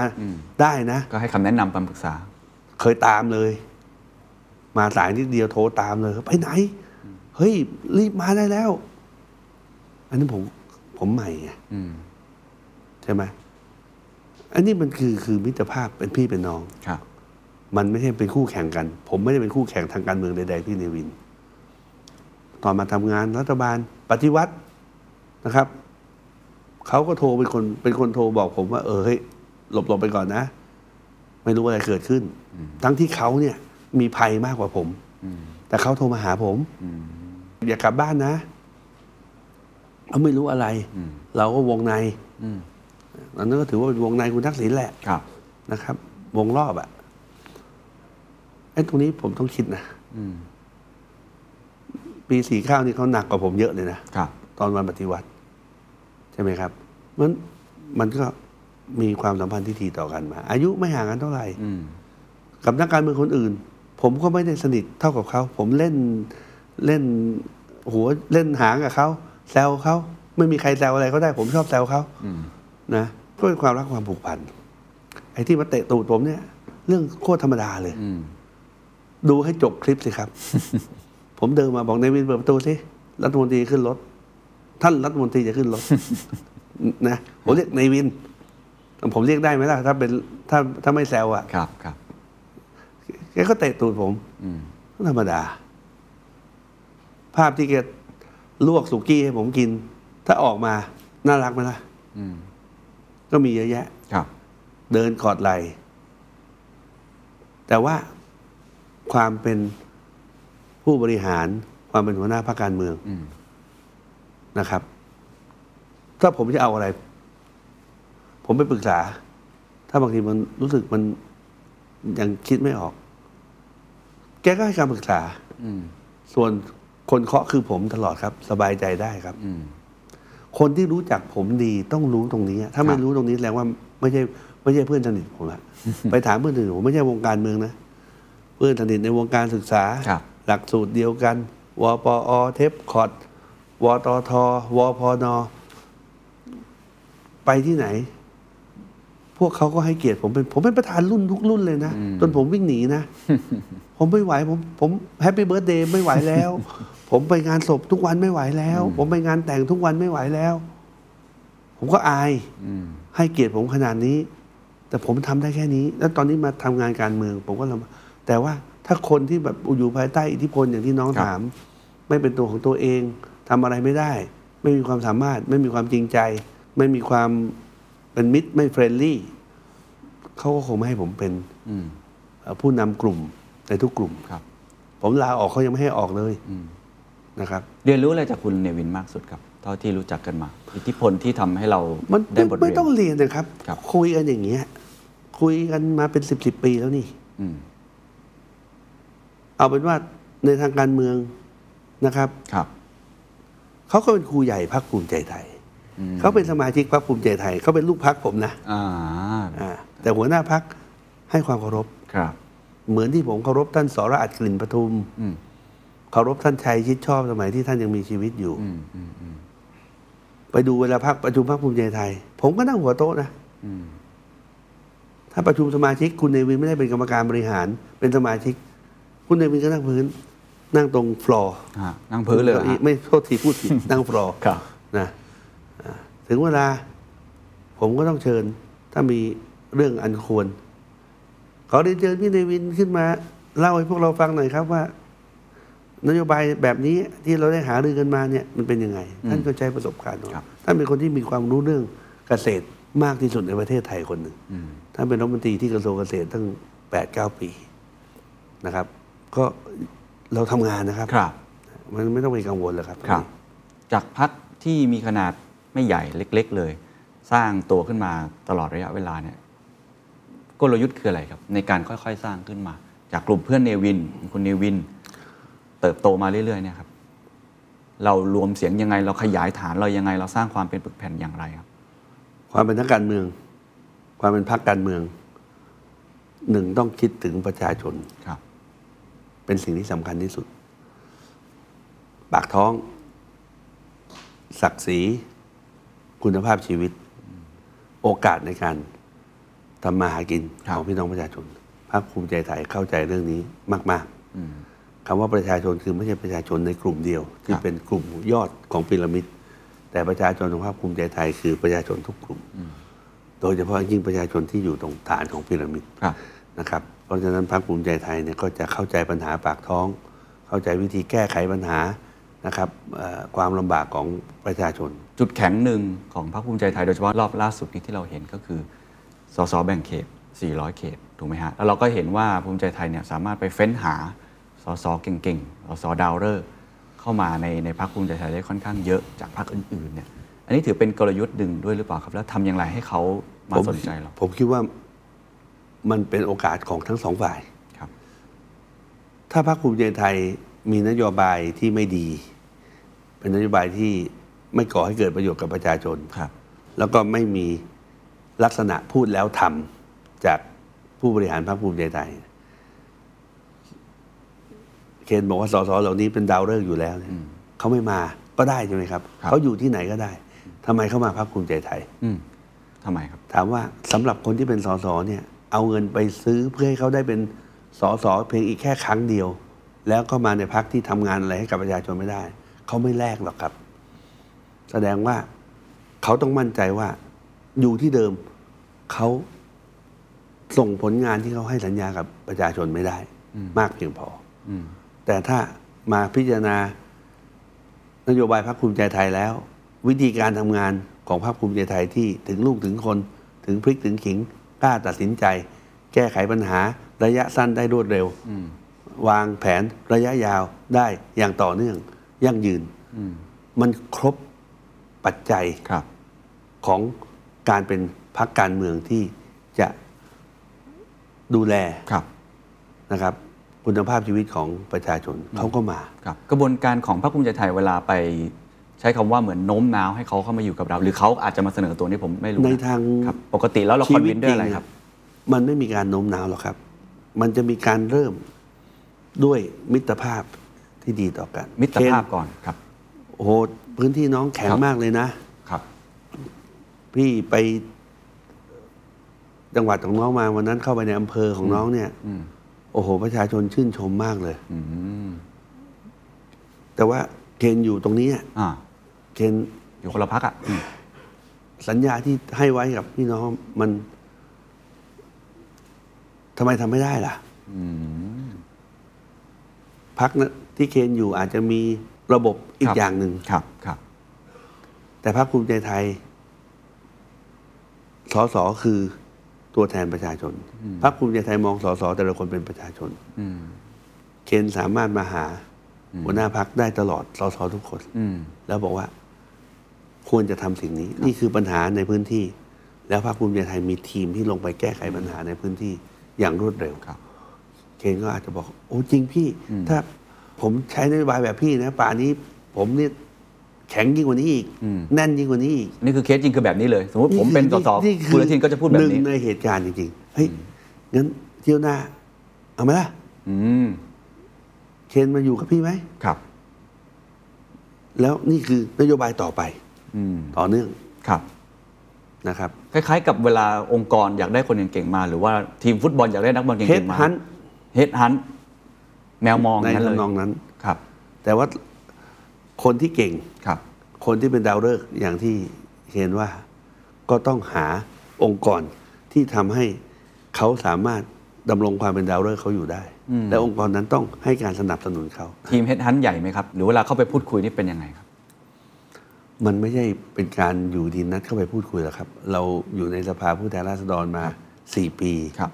S2: ได้นะ
S1: ก็ให้คำแนะนำคำปรึกษา
S2: เคยตามเลย มาสายนิดเดียวโทรตามเลยไปไหน เฮ้ย รีบมาได้แล้ว อันนั้นผม ผมใหม่ไง
S1: อืม
S2: ใช่ไหมอันนี้มันคือคือมิตรภาพเป็นพี่เป็นน้อง
S1: ครับ
S2: มันไม่ใช่เป็นคู่แข่งกัน ผมไม่ได้เป็นคู่แข่งทางการเมืองใดๆพี่เนวิน ตอนมาทำงานรัฐบาลปฏิวัตินะครับ เขาก็โทรเป็นคนเป็นคนโทรบอกผมว่า เออเฮ้ยหลบหลบไปก่อนนะ ไม่รู้อะไรเกิดขึ้น ทั้งที่เขาเนี่ย มีภัยมากกว่าผม แต่เขาโทรมาหาผม อย่ากลับบ้านนะเขาไม่รู้อะไร เราก็วงใน
S1: อืม
S2: ตอนนั้นก็ถือว่าเป็นวงในคุณทักษิณแหละ
S1: ครับ
S2: นะครับ วงรอบอะไอ้ตรงนี้ผมต้องคิดนะ
S1: อืม
S2: ปีสี่ข้านี่เขาหนักกว่าผมเยอะเลยนะครับ ตอนวันปฏิวัติ ใช่ไหมครับมันมันก็มีความสัมพันธ์ที่ดีต่อกันมา อายุไม่ห่างกันเท่าไหร่
S1: อืม
S2: กับนักการเมืองคนอื่น ผมก็ไม่ได้สนิทเท่ากับเขา ผมเล่นเล่นหัวเล่นหางกับเขาแซวเขาไม่มีใครแซวอะไรเขาได้ ผมชอบแซวเขา
S1: อืม
S2: นะก็เป็นความรักความผูกพันไอ้ที่มาเตะตูดผมเนี่ย เรื่องโคตรธรรมดาเลย
S1: อืม
S2: ดูให้จบคลิปสิครับ ผมเดินมาบอกนายวินเปิดประตูสิรัฐมนตรีขึ้นรถ ท่านรัฐมนตรีจะขึ้นรถ นะผมเรียกนายวิน ผมเรียกได้ไหมล่ะ ถ้าเป็นถ้าถ้าไม่แซวอ่ะ
S1: ครับ ครับ
S2: แกก็เตะตูดผม
S1: อืม
S2: ธรรมดา ภาพที่แกลวกสุกี้ให้ผมกิน ถ้าออกมาน่ารักไหมล่ะ
S1: อืม
S2: ก็มีเยอะแยะ
S1: ครับ
S2: เดินกอดไหลแต่ว่าความเป็นผู้บริหาร ความเป็นหัวหน้าพรรคการเมือง
S1: อืม
S2: นะครับ ถ้าผมจะเอาอะไร ผมไปปรึกษา ถ้าบางทีมันรู้สึกมันยังคิดไม่ออก แกก็ให้การปรึกษา
S1: อืม
S2: ส่วนคนเคาะคือผมตลอดครับ สบายใจได้ครับ
S1: อืม
S2: คนที่รู้จักผมดีต้องรู้ตรงนี้อะถ้าไม่
S1: ครับ
S2: รู้ตรงนี้แสดงว่าไม่ใช่ไม่ใช่เพื่อนสนิทผม ละ ไปถามเพื่อนสนิทผมไม่ใช่วงการเมืองนะ เพื่อนสนิทในวงการศึกษา
S1: ครับ
S2: หลักสูตรเดียวกันวปอเทปคอร์ดวตทวพนไปที่ไหน พวกเขาก็ให้เกียรติผมเป็นผมเป็นประธานรุ่นทุกรุ่นเลยนะ จนผมวิ่งหนีนะ ผมไม่ไหวผมผมแฮปปี้เบิร์ดเดย์ไม่ไหวแล้ว ผมไปงานศพทุกวันไม่ไหวแล้ว ผมไปงานแต่งทุกวันไม่ไหวแล้ว ผมก็อาย
S1: อืม
S2: ให้เกียรติผมขนาดนี้ แต่ผมทำได้แค่นี้ แล้วตอนนี้มาทำงานการเมือง ผมก็ลำบากแต่ว่าถ้าคนที่แบบอยู่ภายใต้อิทธิพลอย่างที่น้อง
S1: ครับ
S2: ถาม ไม่เป็นตัวของตัวเองทำอะไรไม่ได้ ไม่มีความสามารถ ไม่มีความจริงใจ ไม่มีความเป็นมิตรไม่เฟรนลี่เขาก็คงไม่ให้ผมเป็น
S1: อืม
S2: เอ่อผู้นำกลุ่มในทุกกลุ่ม
S1: ครับ
S2: ผมลาออกเขายังไม่ให้ออกเลย
S1: อืม
S2: นะครับ
S1: เรียนรู้อะไรจากคุณเนวินมากสุดครับ เท่าที่รู้จักกันมา อิทธิพลที่ทำให้เรา
S2: มัน
S1: ได้
S2: ไม่
S1: บท
S2: ไม่
S1: เรียน
S2: ต้องเรียนนะครับ
S1: ครับ
S2: คุยกันอย่างเงี้ย คุยกันมาเป็นสิบสิบปีแล้วนี่
S1: อืม
S2: เอาเป็นว่าในทางการเมืองนะครับ
S1: ครับ
S2: เขาก็เป็นครูใหญ่พรรคภูมิใจไทย เขาเป็นสมาชิกพรรคภูมิใจไทย เขาเป็นลูกพรรคผมนะ
S1: อ่า
S2: อ่าแต่หัวหน้าพรรคให้ความเคารพ
S1: ครับ
S2: เหมือนที่ผมเคารพท่านสรอัดกลิ่นปทุม
S1: อืม
S2: เคารพท่านชัยชิดชอบสมัยที่ท่านยังมีชีวิตอยู่
S1: อืม อืม อืม
S2: ไปดูเวลาพักประชุมพรรคภูมิใจไทย ผมก็นั่งหัวโต๊ะนะ
S1: อืม
S2: ถ้าประชุมสมาชิกคุณเนวินไม่ได้เป็นกรรมการบริหาร เป็นสมาชิก คุณเนวินก็นั่งพื้น นั่งตรงฟลอร์
S1: ฮะนั่งพื้นเลยเหรอฮะ
S2: ไม่โทษทีพูดผิด นั่งฟลอ
S1: ครับ
S2: นะอ่าถึงเวลา ผมก็ต้องเชิญ ถ้ามีเรื่องอันควร ขอเรียนเชิญพี่เนวินขึ้นมา เล่าให้พวกเราฟังหน่อยครับว่า นโยบายแบบนี้ที่เราได้หารือกันมาเนี่ยมันเป็นยังไง ท่านก็ใช้ประสบการณ์ของ
S1: ครับ
S2: ท่านเป็นคนที่มีความรู้เรื่องเกษตรมากที่สุดในประเทศไทยคนหนึ่งท่านเป็นรัฐมนตรีที่กระทรวงเกษตรตั้งแปดเก้าปีนะครับ ก็เราทำงานนะครับ
S1: ครับ
S2: มันไม่ต้องไปกังวลเลยครับ
S1: ครับ จากพักที่มีขนาดไม่ใหญ่เล็ก ๆ เลย สร้างตัวขึ้นมาตลอดระยะเวลาเนี่ย กลยุทธ์คืออะไรครับ ในการค่อยๆ สร้างขึ้นมา จากกลุ่มเพื่อนเนวิน คุณเนวิน เติบโตมาเรื่อยๆเนี่ยครับ เรารวมเสียงยังไง เราขยายฐานเรายังไง เราสร้างความเป็นปึกแผ่นอย่างไรครับ
S2: ความเป็นนักการเมือง ความเป็นพรรคการเมืองหนึ่งต้องคิดถึงประชาชน
S1: ครับ
S2: เป็นสิ่งที่สำคัญที่สุด ปากท้อง ศักดิ์ศรี คุณภาพชีวิต โอกาสในการทำมาหากิน
S1: ครั
S2: ข
S1: บ
S2: องพี่น้องประชาชนภาคภูมิใจไทยเข้าใจเรื่องนี้มาก
S1: อืม
S2: ๆคำว่าประชาชนคือไม่ใช่ประชาชนในกลุ่มเดียว ที่
S1: ครับ
S2: เป็นกลุ่มยอดของพีระมิด แต่ประชาชนของภาคภูมิใจไทยคือประชาชนทุกกลุ่ม โดยเฉพาะยิ่งประชาชนที่อยู่ตรงฐานของพีระมิด
S1: ครับ
S2: นะครับ เพราะฉะนั้นพรรคภูมิใจไทยเนี่ยก็จะเข้าใจปัญหาปากท้อง เข้าใจวิธีแก้ไขปัญหานะครับเอ่อความลำบากของประชาชน
S1: จุดแข็งหนึ่งของพรรคภูมิใจไทยโดยเฉพาะรอบล่าสุดนี้ที่เราเห็นก็คือ สสแบ่งเขต 400 เขต ถูกไหมฮะ แล้วเราก็เห็นว่าภูมิใจไทยเนี่ยสามารถไปเฟ้นหา สสเก่งๆ สสดาวฤกษ์เข้ามาในในพรรคภูมิใจไทยได้ค่อนข้างเยอะจากพรรคอื่นๆเนี่ย อันนี้ถือเป็นกลยุทธ์ดึงด้วยหรือเปล่าครับ แล้วทำอย่างไรให้เขามา
S2: ผม
S1: สนใจเรา
S2: ผมคิดว่ามันเป็นโอกาสของทั้งสองฝ่าย
S1: ครับ
S2: ถ้าพรรคภูมิใจไทยมีนโยบายที่ไม่ดี เป็นนโยบายที่ไม่ก่อให้เกิดประโยชน์กับประชาชน
S1: ครับ
S2: แล้วก็ไม่มีลักษณะพูดแล้วทำจากผู้บริหารพรรคภูมิใจไทย เคนบอกว่าสสเหล่านี้เป็นดาวฤกษ์อยู่แล้วเนี่ยเขาไม่มาก็ได้ใช่ไหมครับ
S1: ครับ
S2: เขาอยู่ที่ไหนก็ได้ทำไมเข้ามาพรรคภูมิใจไทย
S1: อืมทำไมครับ
S2: ถามว่าสำหรับคนที่เป็นสสเนี่ย เอาเงินไปซื้อเพื่อให้เขาได้เป็นสสเพียงอีกแค่ครั้งเดียว แล้วก็มาในพักที่ทำงานอะไรให้กับประชาชนไม่ได้ เขาไม่แลกหรอกครับ แสดงว่าเขาต้องมั่นใจว่าอยู่ที่เดิมเขาส่งผลงานที่เขาให้สัญญากับประชาชนไม่ได้ มากเพียงพออ
S1: ม
S2: แต่ถ้ามาพิจารณา นโยบายพรรคภูมิใจไทยแล้ว วิธีการทำงานของพรรคภูมิใจไทยที่ถึงลูกถึงคน ถึงพริกถึงขิงกล้าตัดสินใจ แก้ไขปัญหาระยะสั้นได้รวดเร็ว วางแผนระยะยาวได้อย่างต่อเนื่อง ยั่งยืน มันครบปัจจัย
S1: ครับ
S2: ของการเป็นพรรคการเมืองที่จะดูแล
S1: ครับ
S2: นะครับ คุณภาพชีวิตของประชาชนเขาก็มา
S1: ครับกระบวนการของพรรคภูมิใจไทยเวลาไปใช้คำว่าเหมือนโน้มน้าวให้เขาเข้ามาอยู่กับเรา หรือเขาอาจจะมาเสนอตัวนี่ผมไม่รู้ะ
S2: ในทาง
S1: ครับปกติแล้วเราคอนวินด้วยอะไรครับ
S2: ชีวิตจงอะมันไม่มีการโน้มน้าวหรอกครับ มันจะมีการเริ่มด้วยมิตรภาพที่ดีต่อกัน
S1: มิตรภาพ
S2: เช่น
S1: ก่อนครับ
S2: โอ้โหพื้นที่น้องแข็ง
S1: ครับ
S2: มากเลยนะ
S1: ครับ
S2: พี่ไปจังหวัดของน้องมาวันนั้นเข้าไปในอำเภอของน้องเนี่ย
S1: อืม
S2: โอ้โห ประชาชนชื่นชมมากเลย
S1: อืม
S2: แต่ว่าเคนอยู่ตรงนี้อะ
S1: อ่า
S2: เคน
S1: อยู่คนละพักอ่ะอืม
S2: สัญญาที่ให้ไว้กับพี่น้องมันทำไมทำไม่ได้ล่ะ
S1: อืม
S2: พักนะที่เคนอยู่อาจจะมีระบบอี
S1: ค
S2: ก
S1: รับ
S2: อย่างหนึ่ง
S1: ครับครับ
S2: แต่พรรคภูมิใจไทย สสคือตัวแทนประชาชน พรรคภูมิใจไทยมองสสแต่ละคนเป็นประชาชน
S1: อืม
S2: เคนสามารถมาหาหัวหน้าพักได้ตลอด สสทุกคน
S1: อืม
S2: แล้วบอกว่า ควรจะทำสิ่งนี้ นี่คือปัญหาในพื้นที่ แล้วพรรคภูมิใจไทยมีทีมที่ลงไปแก้ไขปัญหาในพื้นที่อย่างรวดเร็ว
S1: ครับ
S2: เคนก็อาจจะบอก โอ้จริงพี่ ถ้าผมใช้นโยบายแบบพี่นะป่านนี้ ผมเนี่ยแข็งยิ่งกว่านี้อีก
S1: อืม
S2: แน่นยิ่งกว่านี้อีก
S1: นี่คือเคสจริงคือแบบนี้เลย สมมติผมเป็นสส
S2: คือ
S1: คุณอนุทินก็จะพูดแบบ
S2: ห
S1: นี้
S2: นึ่งในเหตุการณ์จริงๆ เฮ้ย งั้นเที่ยวหน้า เอาไหมล่ะ
S1: อืม
S2: เคนมาอยู่กับพี่ไหม
S1: ครับ
S2: แล้วนี่คือนโยบายต่อไป
S1: อืม
S2: ต่อเนื่อง
S1: ครับ
S2: นะครับ
S1: คล้ายๆ กับเวลาองค์กรอยากได้คนเก่งๆมา หรือว่าทีมฟุตบอลอยากได้นักบอลเก่
S2: เฮด
S1: งๆมา
S2: ฮัน
S1: เฮดฮันแมวมอง
S2: ใน
S1: อย่างนั้นเลย
S2: ทำนองนั้น
S1: ครับ
S2: แต่ว่าคนที่เก่ง
S1: ครับ
S2: คนที่เป็นดาวฤกษ์อย่างที่เห็นว่าก็ต้องหาองค์กรที่ทำให้เขาสามารถดำรงความเป็นดาวฤกษ์เขาอยู่ได้
S1: อืม
S2: และองค์กรนั้นต้องให้การสนับสนุนเขา
S1: ทีมเฮดฮันใหญ่ไหมครับ หรือเวลาเข้าไปพูดคุยนี่เป็นยังไงครับ
S2: มันไม่ใช่เป็นการอยู่ดีนัดเข้าไปพูดคุยหรอกครับ เราอยู่ในสภาผู้แทนราษฎรมาสี่ปี
S1: ครับ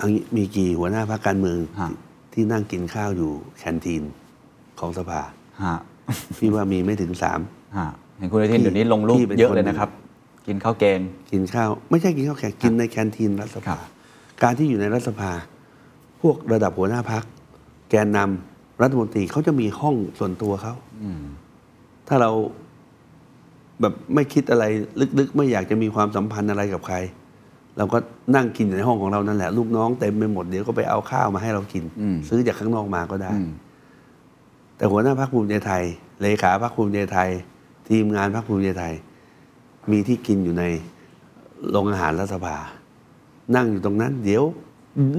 S2: อันนี้มีกี่หัวหน้าพรรคการเมือง
S1: ฮะ
S2: ที่ที่นั่งกินข้าวอยู่แคนทีนของสภา
S1: ฮะ
S2: พี่ว่ามีไม่ถึงสาม
S1: ฮะเห็นคุณอนุทินเดี๋ยวนี้ลงรูป
S2: ที่ป็
S1: เยอะเลยนะครับ กินข้าวแกง
S2: กินข้าว ไม่ใช่กินข้าวแขกกินในแคนทีนรัฐส
S1: ครั
S2: ภา
S1: บ
S2: การที่อยู่ในรัฐสภา พวกระดับหัวหน้าพัก แกนนำรัฐมนตรีเขาจะมีห้องส่วนตัวเขาถ้าเราแบบไม่คิดอะไรลึกๆ ไม่อยากจะมีความสัมพันธ์อะไรกับใคร เราก็นั่งกินอยู่ในห้องของเรานั่นแหละ ลูกน้องเต็มไปหมดเดี๋ยวก็ไปเอาข้าวมาให้เรากิน ซื้อจากข้างนอกมาก็ได้ แต่หัวหน้าพักภูมิใจไทย เลขาพักภูมิใจไทย ทีมงานพักภูมิใจไทย มีที่กินอยู่ในโรงอาหารรัฐสภา นั่งอยู่ตรงนั้น เดี๋ยว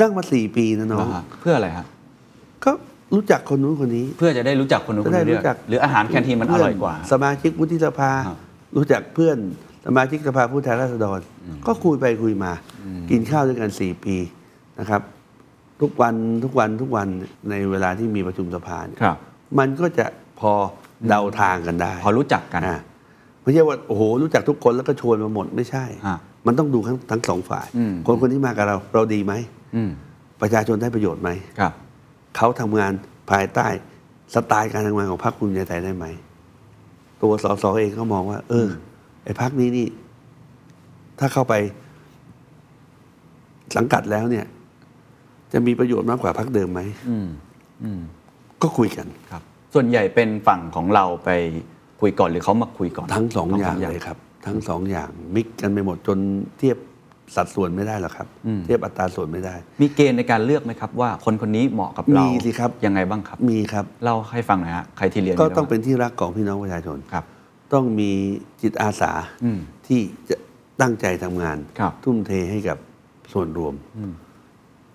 S2: นั่งมาสี่ปีนะน้อง
S1: นะฮะเพื่ออะไรฮะ
S2: ก็รู้จักคนนู้นคนนี้
S1: เพื่อจะได้รู้จักคนนู้นค
S2: จะ
S1: น
S2: ได้
S1: นี้
S2: รู้จัก
S1: หรืออาหารแคนทีนมันอ
S2: เพื่
S1: ร่อยกว่า
S2: สมาชิกวุฒิสภา
S1: ครับ
S2: รู้จักเพื่อนสมาชิกสภาผู้แทนราษฎร ก็คุยไปคุยมา กินข้าวด้วยกันสี่ปีนะครับ ทุกวันทุกวันทุกวันในเวลาที่มีประชุมสภาเนี่ย
S1: ครับ
S2: มันก็จะพอเดาทางกันได้
S1: พอรู้จักกัน
S2: อ่ะไม่ใช่ว่าโอ้โหรู้จักทุกคนแล้วก็ชวนมาหมดไม่ใช่
S1: ฮะ
S2: มันต้องดูทั้งทั้งสองฝ่าย
S1: อืม
S2: คนคนที่มากับเราเราดีไหม
S1: อืม
S2: ประชาชนได้ประโยชน์ไหม
S1: ครับ
S2: เขาทำงานภายใต้สไตล์การทำงานของพรรคภูมิใจไทยได้ไหม ตัวสสเองก็มองว่า เออ ไอ้พรรคนี้นี่ ถ้าเข้าไป สังกัดแล้วเนี่ย จะมีประโยชน์มากกว่าพรรคเดิมไหม
S1: อืมอืม
S2: ก็คุยกัน
S1: ครับ ส่วนใหญ่เป็นฝั่งของเราไปคุยก่อนหรือเขามาคุยก่อน
S2: ทั้งสองอย่างเลยครับ ทั้งสองอย่างมิกกันไปหมดจนเทียบสัดส่วนไม่ได้หรอกครับ เทียบอัตราส่วนไม่ได้
S1: มีเกณฑ์ในการเลือกไหมครับ ว่าคนคนนี้เหมาะกับเรา
S2: มีสิครับ
S1: ยังไงบ้างครับ
S2: มีครับ
S1: เล่าให้ฟังหน่อยฮะใครที่เรียนมี
S2: ก็
S1: ด้วย
S2: ต้องเป็นที่รักของพี่น้องประชาชน
S1: ครับ
S2: ต้องมีจิตอาสา
S1: อืม
S2: ที่จะตั้งใจทำงาน
S1: ครับ
S2: ทุ่มเทให้กับส่วนรวม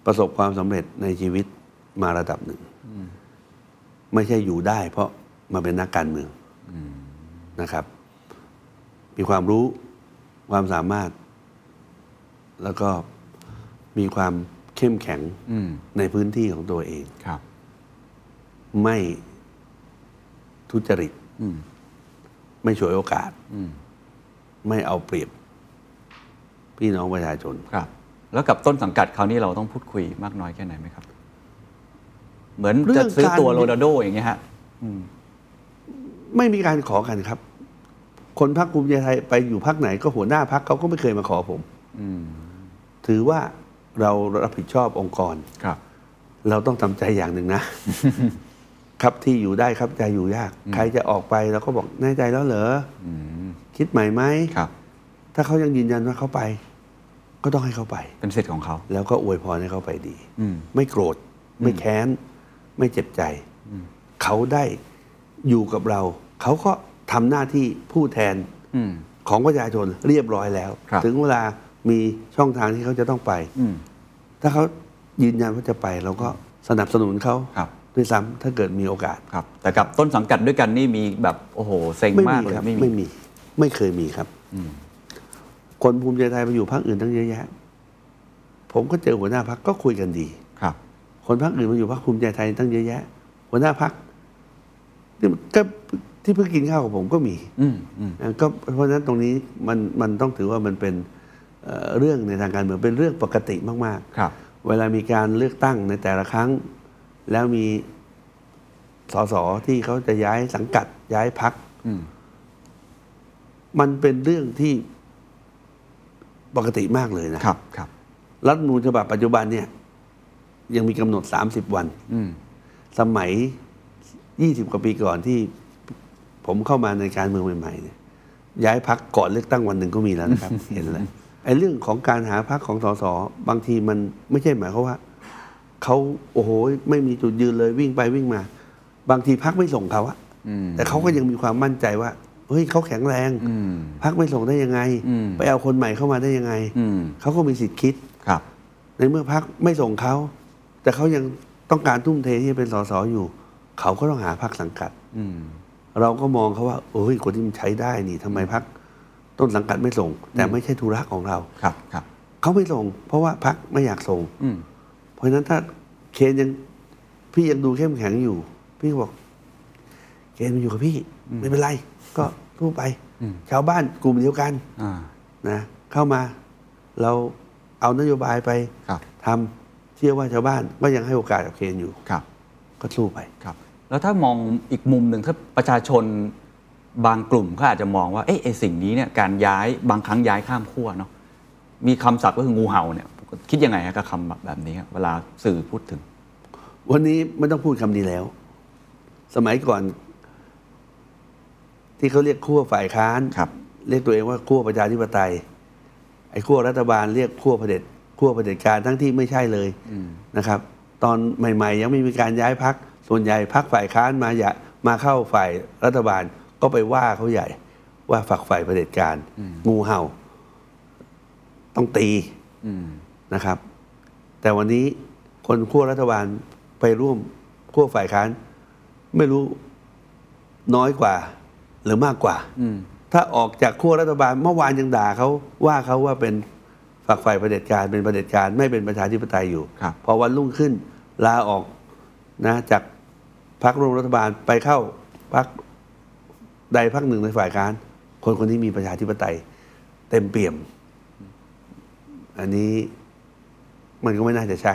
S2: ประสบความสำเร็จในชีวิตมาระดับหนึ่ง ไม่ใช่อยู่ได้ เพราะมาเป็นนักการเมืองนะครับ มีความรู้ความสามารถ แล้วก็มีความเข้มแข็ง
S1: อืม
S2: ในพื้นที่ของตัวเอง
S1: ครับ
S2: ไม่ทุจริต
S1: อืม
S2: ไม่ฉวยโอกาส
S1: อืม
S2: ไม่เอาเปรียบ พี่น้องประชาชน
S1: ครับ แล้วกับต้นสังกัดคราวนี้เราต้องพูดคุยมากน้อยแค่ไหนไหมครับ เหมือน
S2: เรื่
S1: จะ
S2: อง
S1: ซื้อตัว
S2: การ
S1: โรนัลโดอย่างเงี้ยฮะ
S2: ไม่มีการขอกันครับ คนพักภูมิใจไทยไปอยู่พักไหนก็หัวหน้าพักเขาก็ไม่เคยมาขอผม
S1: อืม
S2: ถือว่าเรารับผิดชอบองค์กร
S1: ครับ
S2: เราต้องทำใจอย่างหนึ่งนะ ครับที่อยู่ได้ครับใจอยู่ยาก ใครจะออกไปเราก็บอกแน่ใจแล้วเหรออคิดใหม่ไหม
S1: ครับ
S2: ถ้าเขายังยืนยันว่าเขาไป ก็ต้องให้เขาไป
S1: เป็นสิทธิ์ของเขา
S2: แล้วก็อวยพรให้เขาไปดี
S1: อืม
S2: ไม่โกรธ ไม่แค้น ไม่เจ็บใจ เขาได้อยู่กับเรา เขาก็ทำหน้าที่ผู้แทน
S1: อืม
S2: ของประชาชนเรียบร้อยแล้ว
S1: ครับ
S2: ถึงเวลามีช่องทางที่เขาจะต้องไป
S1: อืม
S2: ถ้าเขายืนยันว่าจะไป เราก็สนับสนุนเขา
S1: ครับ
S2: ด้วยซ้ำถ้าเกิดมีโอกาส
S1: ครับ แต่กับต้นสังกัดด้วยกันนี่มีแบบโอ้โหเซ็ง
S2: ไม่
S1: มาก
S2: มี
S1: เลย
S2: ครับ
S1: ไม่มี
S2: ไม่มี ไม่เคยมีครับคนภูมิใจไทยไปอยู่พรรคอื่นตั้งเยอะแยะ ผมก็เจอหัวหน้าพรรคก็คุยกันดี
S1: ครับ
S2: คนพรรคอื่นมาอยู่พรรคภูมิใจไทยตั้งเยอะแยะหัวหน้าพรรคนี่มันก็ที่เพิ่งกินข้าวกับผมก็มี
S1: อืมอืม
S2: อ่ะก็เพราะฉะนั้นตรงนี้มันมันต้องถือว่ามันเป็นเอ่อเรื่องในทางการเมืองเป็นเรื่องปกติมากๆ
S1: ครับ
S2: เวลามีการเลือกตั้งในแต่ละครั้ง แล้วมีสสที่เขาจะย้ายสังกัดย้ายพรรค
S1: อืม
S2: มันเป็นเรื่องที่ปกติมากเลยนะครับ
S1: ครับ
S2: รัฐธรรมนูญฉบับปัจจุบันเนี่ย ยังมีกำหนด 30 วัน
S1: อืม
S2: สมัย 20 กว่าปีก่อนที่ผมเข้ามาในการเมืองใหม่ๆเนี่ยย้ายพักก่อนเลือกตั้งวันหนึ่งก็มีแล้วนะครับ เห็นแล้วไอ้เรื่องของการหาพักของสสบางทีมันไม่ใช่หมายความว่าเขาโอ้โหไม่มีจุดยืนเลยวิ่งไปวิ่งมา บางทีพักไม่ส่งเขาอะ
S1: อืม
S2: แต่เขาก็ยังมีความมั่นใจว่าเฮ้ยเขาแข็งแรง
S1: อืม
S2: พักไม่ส่งได้ยังไง
S1: อืม
S2: ไปเอาคนใหม่เข้ามาได้ยังไง
S1: อืม
S2: เขาก็มีสิทธิ์คิด
S1: ครับ
S2: ในเมื่อพักไม่ส่งเขา แต่เขายังต้องการทุ่มเทที่จะเป็นสสอยู่ เขาก็ต้องหาพักสังกัด
S1: อืม
S2: เราก็มองเขาว่าเอ้ยคนที่มันใช้ได้นี่ทำไมพักต้นสังกัดไม่ส่ง แต่ไม่ใช่ธุระของเรา
S1: ครับ ครับ
S2: เขาไม่ส่ง เพราะว่าพักไม่อยากส่ง
S1: อืม
S2: เพราะฉะนั้นถ้าเคนยังพี่ยังดูเข้มแข็งอยู่ พี่ก็บอก เคนมันอยู่กับพี่ ไม่เป็นไร ก็ทู่ไป ชาวบ้านกลุ่มเดียวกัน
S1: อ่า
S2: นะเข้ามาเราเอานโยบายไป
S1: ครับ
S2: ทำเชื่อว่าชาวบ้านก็ยังให้โอกาสกับเคนอยู่
S1: ครับ
S2: ก็สู้ไป
S1: ครับ แล้วถ้ามองอีกมุมหนึ่งถ้าประชาชน บางกลุ่มก็อาจจะมองว่าเอ๊ะไอ้สิ่งนี้เนี่ยการย้ายบางครั้งย้ายข้ามขั้วเนาะมีคำศัพท์ก็คืองูเห่าเนี่ยคิดยังไงฮะกับคำแบบนี้ฮะเวลาสื่อพูดถึง
S2: วันนี้ไม่ต้องพูดคำนี้แล้ว สมัยก่อน ที่เขาเรียกขั้วฝ่ายค้าน
S1: ครับ
S2: เรียกตัวเองว่าขั้วประชาธิปไตย ไอ้ขั้วรัฐบาลเรียกขั้วเผด็จขั้วเผด็จการทั้งที่ไม่ใช่เลยนะครับ ตอนใหม่ ๆ ยังไม่มีการย้ายพัก ส่วนใหญ่พักฝ่ายค้านมาอย่ามาเข้าฝ่ายรัฐบาลก็ไปว่าเขาใหญ่ ว่าฝักฝ่ายเผด็จการ งูเห่า ต้องตี
S1: อืม
S2: นะครับ แต่วันนี้คนขั้วรัฐบาลไปร่วมขั้วฝ่ายค้าน ไม่รู้น้อยกว่า หรือมากกว่า
S1: อืม
S2: ถ้าออกจากขั้วรัฐบาลเมื่อวานยังด่าเขาว่าเขาว่าเป็นฝักฝ่ายเผด็จการเป็นเผด็จการไม่เป็นประชาธิปไตยอยู่
S1: ครับ
S2: พอวันรุ่งขึ้นลาออกนะจากพรรคร่วมรัฐบาลไปเข้าพรรคใดพรรคหนึ่งในฝ่ายค้าน คนคนนี้มีประชาธิปไตย เต็มเปี่ยม อันนี้มันก็ไม่น่าจะใช่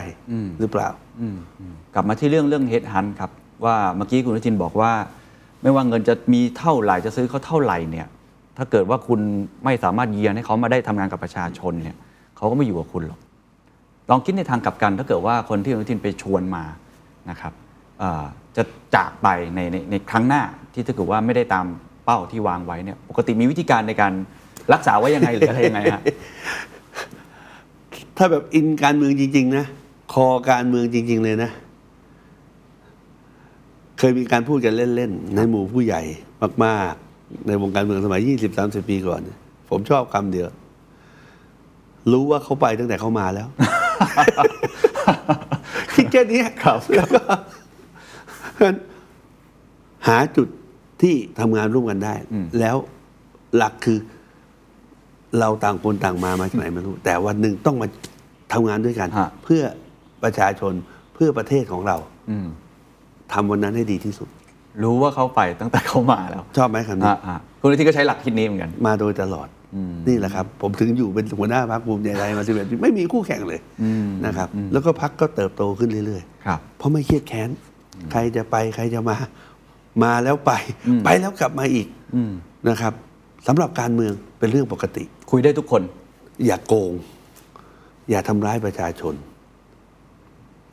S2: หรือเปล่า
S1: อืมอืมกลับมาที่เรื่องเรื่องเฮดฮันครับ ว่าเมื่อกี้คุณอนุทินบอกว่า ไม่ว่าเงินจะมีเท่าไหร่จะซื้อเขาเท่าไหร่เนี่ย ถ้าเกิดว่าคุณไม่สามารถเยียนให้เขามาได้ทำงานกับประชาชนเนี่ยเขาก็ไม่อยู่กับคุณหรอก ลองคิดในทางกลับกัน ถ้าเกิดว่าคนที่อนุทินไปชวนมานะครับเอ่อจะจากไปในในในครั้งหน้าที่ถ้าเกิดว่าไม่ได้ตามเป้าที่วางไว้เนี่ยปกติมีวิธีการในการรักษาไว้ยังไงหรืออะไร ยังไงฮะ
S2: ถ้าแบบอินการเมืองจริง ๆ นะ คอการเมืองจริง ๆ เลยนะ เคยมีการพูดกันเล่น ๆ ในหมู่ผู้ใหญ่มาก ๆ ในวงการเมืองสมัย 20 30 ปีก่อนเนี่ยผมชอบคำเดียว รู้ว่าเขาไปตั้งแต่เขามาแล้ว คิดแค่นี้ครับแล้วก็งั้น หาจุดที่ทำงานร่วมกันได้ แล้วหลักคือ เราต่างคนต่างมามาจากไหนไม่รู้ แต่วันหนึ่งต้องมาทำงานด้วยกัน
S1: ฮะ
S2: เพื่อประชาชนเพื่อประเทศของเรา
S1: อืม
S2: ทำวันนั้นให้ดีที่สุด
S1: รู้ว่าเขาไปตั้งแต่เขามาแล้ว
S2: ชอบไหมคำนี้
S1: อ่ะอ่ะคุณอนุทินก็ใช้หลักคิดนี้เหมือนกัน
S2: มาโดยตลอด นี่แหละครับ ผมถึงอยู่เป็นหัวหน้าพรรคภูมิใจไทยมาสิบเอ็ดปีไม่มีคู่แข่งเลย
S1: อืม
S2: นะครับ แล้วก็พรรคก็เติบโตขึ้นเรื่อยๆ
S1: ครับ
S2: เพราะไม่เครียดแค้น ใครจะไปใครจะมา มาแล้วไป ไปแล้วกลับมาอีก
S1: อืม
S2: นะครับสำหรับการเมืองเป็นเรื่องปกติ
S1: คุยได้ทุกคน
S2: อย่าโกง อย่าทำร้ายประชาชน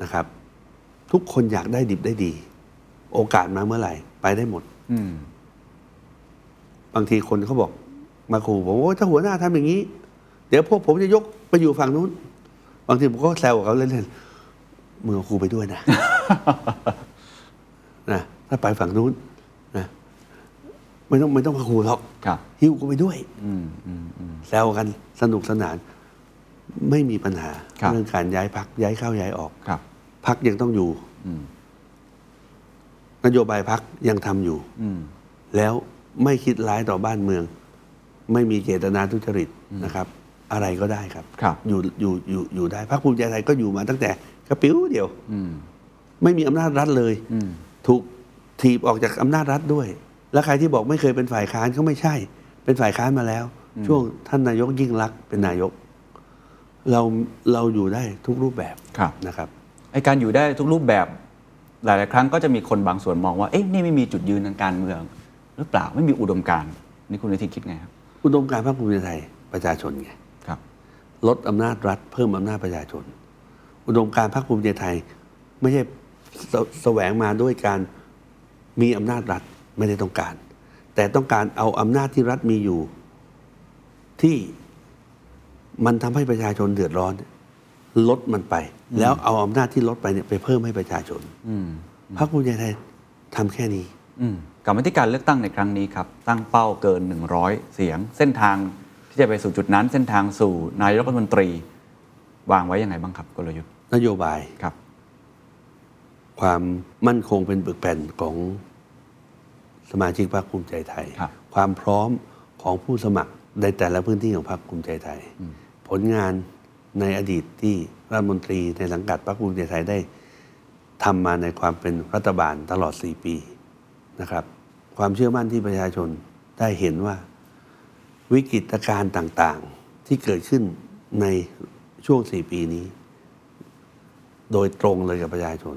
S2: นะครับ ทุกคนอยากได้ดิบได้ดี โอกาสมาเมื่อไหร่ ไปได้หมด
S1: อืม
S2: บางทีคนเขาบอก มาขู่ผมว่าถ้าหัวหน้าทำอย่างนี้ เดี๋ยวพวกผมจะยกไปอยู่ฝั่งนู้น บางทีผมก็แซวกับเขาเล่นๆมึงเอากูไปด้วยนะ นะถ้าไปฝั่งนู้นนะไม่ต้องไม่ต้องมาขู่หรอก
S1: ครับ
S2: หิ้วกูไปด้วย
S1: อืมอืมอืม
S2: แซวกันสนุกสนาน ไม่มีปัญหา
S1: ครับ
S2: เรื่องการย้ายพักย้ายเข้าย้ายออก
S1: ครับ
S2: พักยังต้องอยู่
S1: อืม
S2: นโยบายพักยังทำอยู่
S1: อืม
S2: แล้วไม่คิดร้ายต่อบ้านเมือง ไม่มีเจตนาทุจริตนะครับ อะไรก็ได้ครับ
S1: ครับ
S2: อยู่อยู่อยู่อยู่ได้พรรคภูมิใจไทยก็อยู่มาตั้งแต่กระปิ้วเดียว
S1: อืม
S2: ไม่มีอำนาจรัฐเลย
S1: อืม
S2: ถูกถีบออกจากอำนาจรัฐด้วย แล้วใครที่บอกไม่เคยเป็นฝ่ายค้านก็ไม่ใช่ เป็นฝ่ายค้านมาแล้ว ช่วงท่านนายกยิ่งรักษณ์เป็นนายก เราเราอยู่ได้ทุกรูปแบบ
S1: ครับ
S2: นะครับ
S1: ไอการอยู่ได้ทุกรูปแบบ หลาย ๆ ครั้งก็จะมีคนบางส่วนมองว่า เอ๊ะ นี่ไม่มีจุดยืนทางการเมือง หรือเปล่า ไม่มีอุดมการณ์นี่คุณอนุทินคิดไงครับ
S2: อุดมการณ์พรรคภูมิใจไทยประชาชนไง
S1: ครับ
S2: ลดอำนาจรัฐเพิ่มอำนาจประชาชน อุดมการณ์พรรคภูมิใจไทย ไม่ใช่แสแสวงมาด้วยการมีอำนาจรัฐไม่ได้ต้องการ แต่ต้องการเอาอำนาจที่รัฐมีอยู่ ที่มันทำให้ประชาชนเดือดร้อน ลดมันไป แล้วเอาอำนาจที่ลดไปเนี่ยไปเพิ่มให้ประชาชน
S1: อืม
S2: พรรคภูมิใจไทยทำแค่นี้
S1: อืมกลับมาที่การเลือกตั้งในครั้งนี้ครับ ตั้งเป้าเกิน 100 เสียง เส้นทางที่จะไปสู่จุดนั้น เส้นทางสู่นายกรัฐมนตรี วางไว้ยังไงบ้างครับกลยุทธ์
S2: นโยบาย
S1: ครับ
S2: ความมั่นคงเป็นปึกแผ่นของสมาชิกพรรคภูมิใจไทย
S1: ครับ
S2: ความพร้อมของผู้สมัครในแต่ละพื้นที่ของพรรคภูมิใจไทย ผลงานในอดีตที่รัฐมนตรีในสังกัดพรรคภูมิใจไทยได้ทำมาในความเป็นรัฐบาลตลอด 4 ปีนะครับ ความเชื่อมั่นที่ประชาชนได้เห็นว่า วิกฤตการณ์ต่างๆ ที่เกิดขึ้นในช่วง 4 ปีนี้ โดยตรงเลยกับประชาชน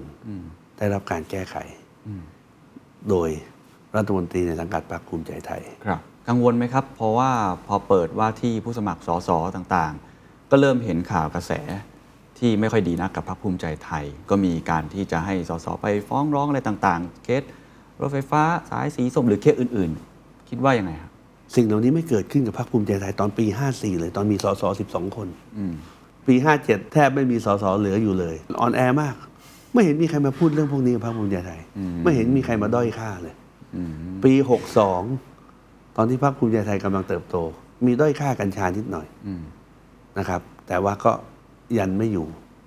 S2: ได้รับการแก้ไข โดย รัฐมนตรีในสังกัดพรรคภูมิใจไทย
S1: ครับกังวลไหมครับ เพราะว่าพอเปิดว่าที่ผู้สมัครสสต่างๆ ก็เริ่มเห็นข่าวกระแสที่ไม่ค่อยดีนักกับพรรคภูมิใจไทย ก็มีการที่จะให้สสไปฟ้องร้องอะไรต่างๆ เคสรถไฟฟ้าสายสีส้มหรือเคสอื่นๆ คิดว่ายังไงครับ
S2: สิ่งเหล่านี้ไม่เกิดขึ้นกับพรรคภูมิใจไทยตอนปี 54 เลยตอนมีสส12 คน
S1: อืม
S2: ปี 57 แทบไม่มีสสเหลืออยู่เลยออนแอมาก ไม่เห็นมีใครมาพูดเรื่องพวกนี้กับพรรคภูมิใจไทย ไม่เห็นมีใครมาด้อยค่าเลย
S1: อืม
S2: ปี 62 ตอนที่พรรคภูมิใจไทยกำลังเติบโต มีด้อยค่ากัญชานิดหน่อย
S1: อืม
S2: นะครับ แต่ว่าก็ยันไม่อยู่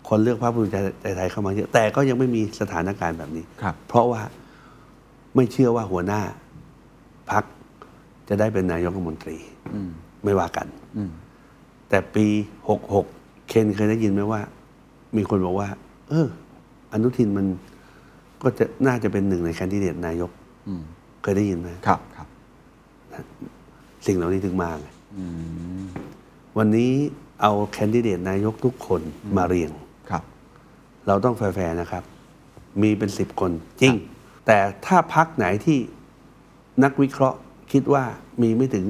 S2: คนเลือกพรรคภูมิใจไทยเข้ามาเยอะแต่ก็ยังไม่มีสถานการณ์แบบนี้
S1: ครับ
S2: เพราะว่าไม่เชื่อว่าหัวหน้าพักจะได้เป็นนายกรัฐมนตรี
S1: อืม
S2: ไม่ว่ากัน
S1: อืม
S2: แต่ปี 66 เคนเคยได้ยินไหมว่า มีคนบอกว่า เออ อนุทินมันก็จะน่าจะเป็นหนึ่งในแคนดิเดตนายก
S1: อืม
S2: เคยได้ยินไหม
S1: ครับครับ
S2: สิ่งเหล่านี้ถึงมาไง
S1: อืม
S2: วันนี้เอาแคนดิเดตนายกทุกคนมาเรียง
S1: ครับ
S2: เราต้องแฟร์ๆนะครับ มีเป็นสิบคนจริง แต่ถ้าพักไหนที่นักวิเคราะห์คิดว่ามีไม่ถึง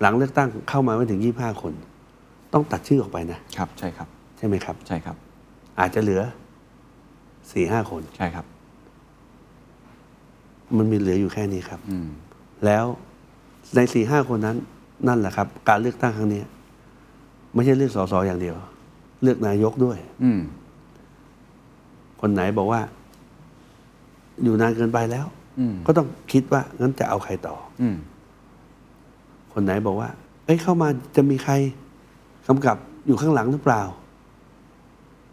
S2: หลังเลือกตั้งเข้ามาไม่ถึง 25 คน ต้องตัดชื่อออกไปนะครับ
S1: ใช่ครับ
S2: ใช่ไหมครับ
S1: ใช่ครับ
S2: อาจจะเหลือสี่ห้าคน
S1: ใช่ครับ
S2: มันมีเหลืออยู่แค่นี้ครับ
S1: อืม
S2: แล้วในสี่ห้าคนนั้น นั่นแหละครับ การเลือกตั้งครั้งเนี้ยไม่ใช่เลือกสสอย่างเดียว เลือกนายกด้วย
S1: อืม
S2: คนไหนบอกว่า อยู่นานเกินไปแล้ว
S1: อืม
S2: ก็ต้องคิดว่างั้นจะเอาใครต่อ
S1: อืม
S2: คนไหนบอกว่า เอ้ยเข้ามาจะมีใครกำกับอยู่ข้างหลังหรือเปล่า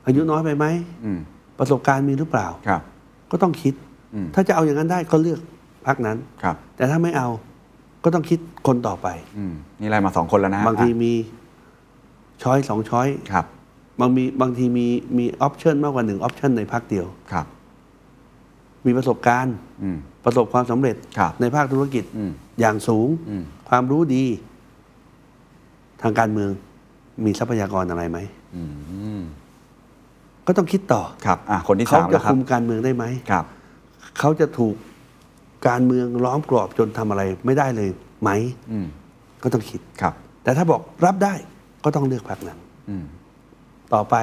S2: อายุน้อยไปไหม
S1: อืม
S2: ประสบการณ์มีหรือเปล่า
S1: ครับ
S2: ก็ต้องคิด
S1: อืม
S2: ถ้าจะเอาอย่างนั้นได้ก็เลือกพักนั้น
S1: ครับ
S2: แต่ถ้าไม่เอาก็ต้องคิดคนต่อไป
S1: อืมนี่ไล่มาสองคนแล้วนะฮะ
S2: บางทีมีช้อยสองช้อย
S1: ครับ
S2: บางมีบางทีมีมีออปชันมากกว่าหนึ่งออปชันในภาคเดียว
S1: ครับ
S2: มีประสบการณ์
S1: อืม
S2: ประสบความสำเร็จ
S1: ครับ
S2: ในภาคธุรกิจ
S1: อืม
S2: อย่างสูง
S1: อืม
S2: ความรู้ดี ทางการเมือง มีทรัพยากรอะไรไหม
S1: อืม
S2: ก็ต้องคิดต่อ
S1: ครับ อ่ะ คนที่
S2: เขา
S1: สาม
S2: จะ
S1: แล้วครับ
S2: คุมการเมืองได้ไหม
S1: ครับ
S2: เขาจะถูกการเมืองล้อมกรอบจนทำอะไรไม่ได้เลยไหม
S1: อืม
S2: ก็ต้องคิด
S1: ครับ
S2: แต่ถ้าบอกรับได้ก็ต้องเลือกพรรคนั้น
S1: อืม
S2: ต่อไป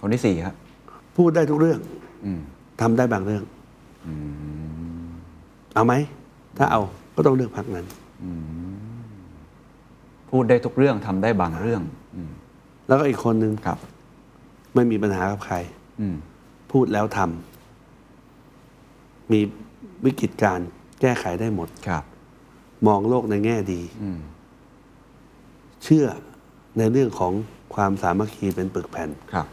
S1: คนที่สี่ครับ
S2: พูดได้ทุกเรื่อง
S1: อืม
S2: ทำได้บางเรื่อง
S1: อืม
S2: เอาไหม ถ้าเอาก็ต้องเลือกพรรคนั้น
S1: พูดได้ทุกเรื่องทำได้บางเรื่อง อืม
S2: แล้วก็อีกคนนึง
S1: ครับ
S2: ไม่มีปัญหากับใคร
S1: อืม
S2: พูดแล้วทำมีวิกฤตการณ์แก้ไขได้หมด
S1: ครับ
S2: มองโลกในแง่ดี
S1: อืม
S2: เชื่อในเรื่องของความสามัคคีเป็นปึกแผ่น
S1: ครับ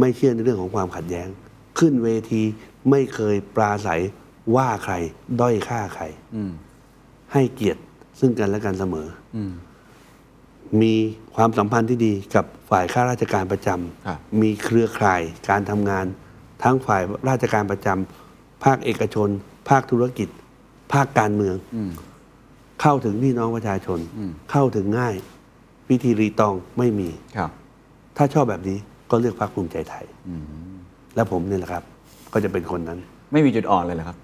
S2: ไม่เชื่อในเรื่องของความขัดแย้ง ขึ้นเวทีไม่เคยปราศัยว่าใคร ด้อยค่าใคร
S1: อืม
S2: ให้เกียรติซึ่งกันและกันเสมอ
S1: อืม
S2: มีความสัมพันธ์ที่ดีกับฝ่ายข้าราชการประจ
S1: ครับ
S2: ำ มีเครือข่ายการทำงาน ทั้งฝ่ายราชการประจำ ภาคเอกชน ภาคธุรกิจ ภาคการเมือง
S1: อืม
S2: เข้าถึงพี่น้องประชาชน
S1: อืม
S2: เข้าถึงง่าย วิธีรีตองไม่มี
S1: ครับ
S2: ถ้าชอบแบบนี้ก็เลือกพรรคภูมิใจไทย
S1: อืม
S2: และผมเนี่ยแหละครับ ก็จะเป็นคนนั้น
S1: ไม่มีจุดอ่อนเลยเหรอครับ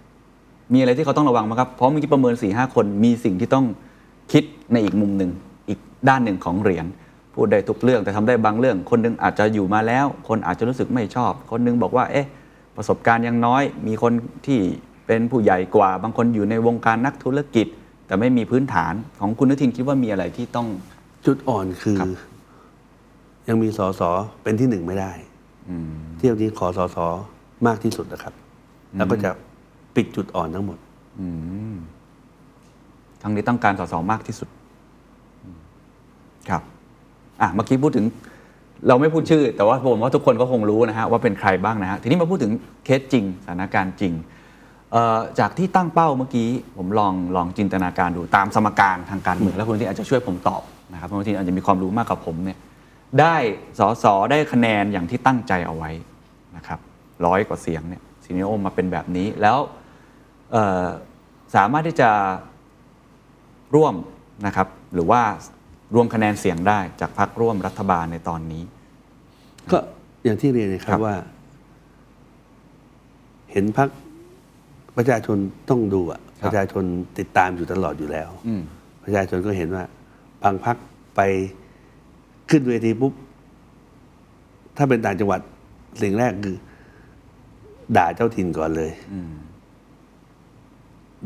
S1: มีอะไรที่เขาต้องระวังไหมครับ เพราะเมื่อกี้ประเมิน4ี่ห้าคนมีสิ่งที่ต้องคิดในอีกมุมหนึ่งอีกด้านหนึ่งของเหรียญพูดได้ทุกเรื่องแต่ทำได้บางเรื่อง คนหนึงอาจจะอยู่มาแล้ว คนอาจจะรู้สึกไม่ชอบ คนหนึงบอกว่า เอ๊ะ ประสบการณ์ยังน้อย มีคนที่เป็นผู้ใหญ่กว่า บางคนอยู่ในวงการนักธุรกิจ แต่ไม่มีพื้นฐานของคุณอนุทินคิดว่ามีอะไรที่ต้อง
S2: จุดอ่อนคือ
S1: ครับ
S2: ยังมีสอสอเป็นที่หนึ่งไม่ได้
S1: อืม
S2: เที่ยวนี้ขอสอสอมากที่สุดนะครับ แล้วก็จะปิดจุดอ่อนทั้งหมด
S1: อืมทางนี้ต้องการสสมากที่สุดอืมครับ อ่ะเมื่อกี้พูดถึง เราไม่พูดชื่อ แต่ว่าผมว่าทุกคนก็คงรู้นะฮะว่าเป็นใครบ้างนะฮะทีนี้มาพูดถึงเคสจริงสถานการณ์จริงเอ่อจากที่ตั้งเป้าเมื่อกี้ ผมลองลองจินตนาการดูตามสมการทางการเมือง แล้วคุณอนุที่อาจจะช่วยผมตอบนะครับเพราะบางทีอาจจะมีความรู้มากกว่าผมเนี่ยได้สอสอได้คะแนนอย่างที่ตั้งใจเอาไว้นะครับร้อยกว่าเสียงเนี่ยซีเนโอมาเป็นแบบนี้แล้วเอ่อสามารถที่จะ ร่วมนะครับหรือว่ารวมคะแนนเสียงได้จากพรรคร่วมรัฐบาลในตอนนี้
S2: ก็อย่างที่เรียนนะครับ
S1: ครับ
S2: ว่า เห็นพัก ประชาชนต้องดูอะ
S1: ครั
S2: ป
S1: บ
S2: ระชาชนติดตามอยู่ตลอดอยู่แล้ว
S1: อืม
S2: ประชาชนก็เห็นว่า บางพักไปขึ้นเวทีปุ๊บ ถ้าเป็นต่างจังหวัดสิ่งแรกคือ ด่าเจ้าถิ่นก่อนเลย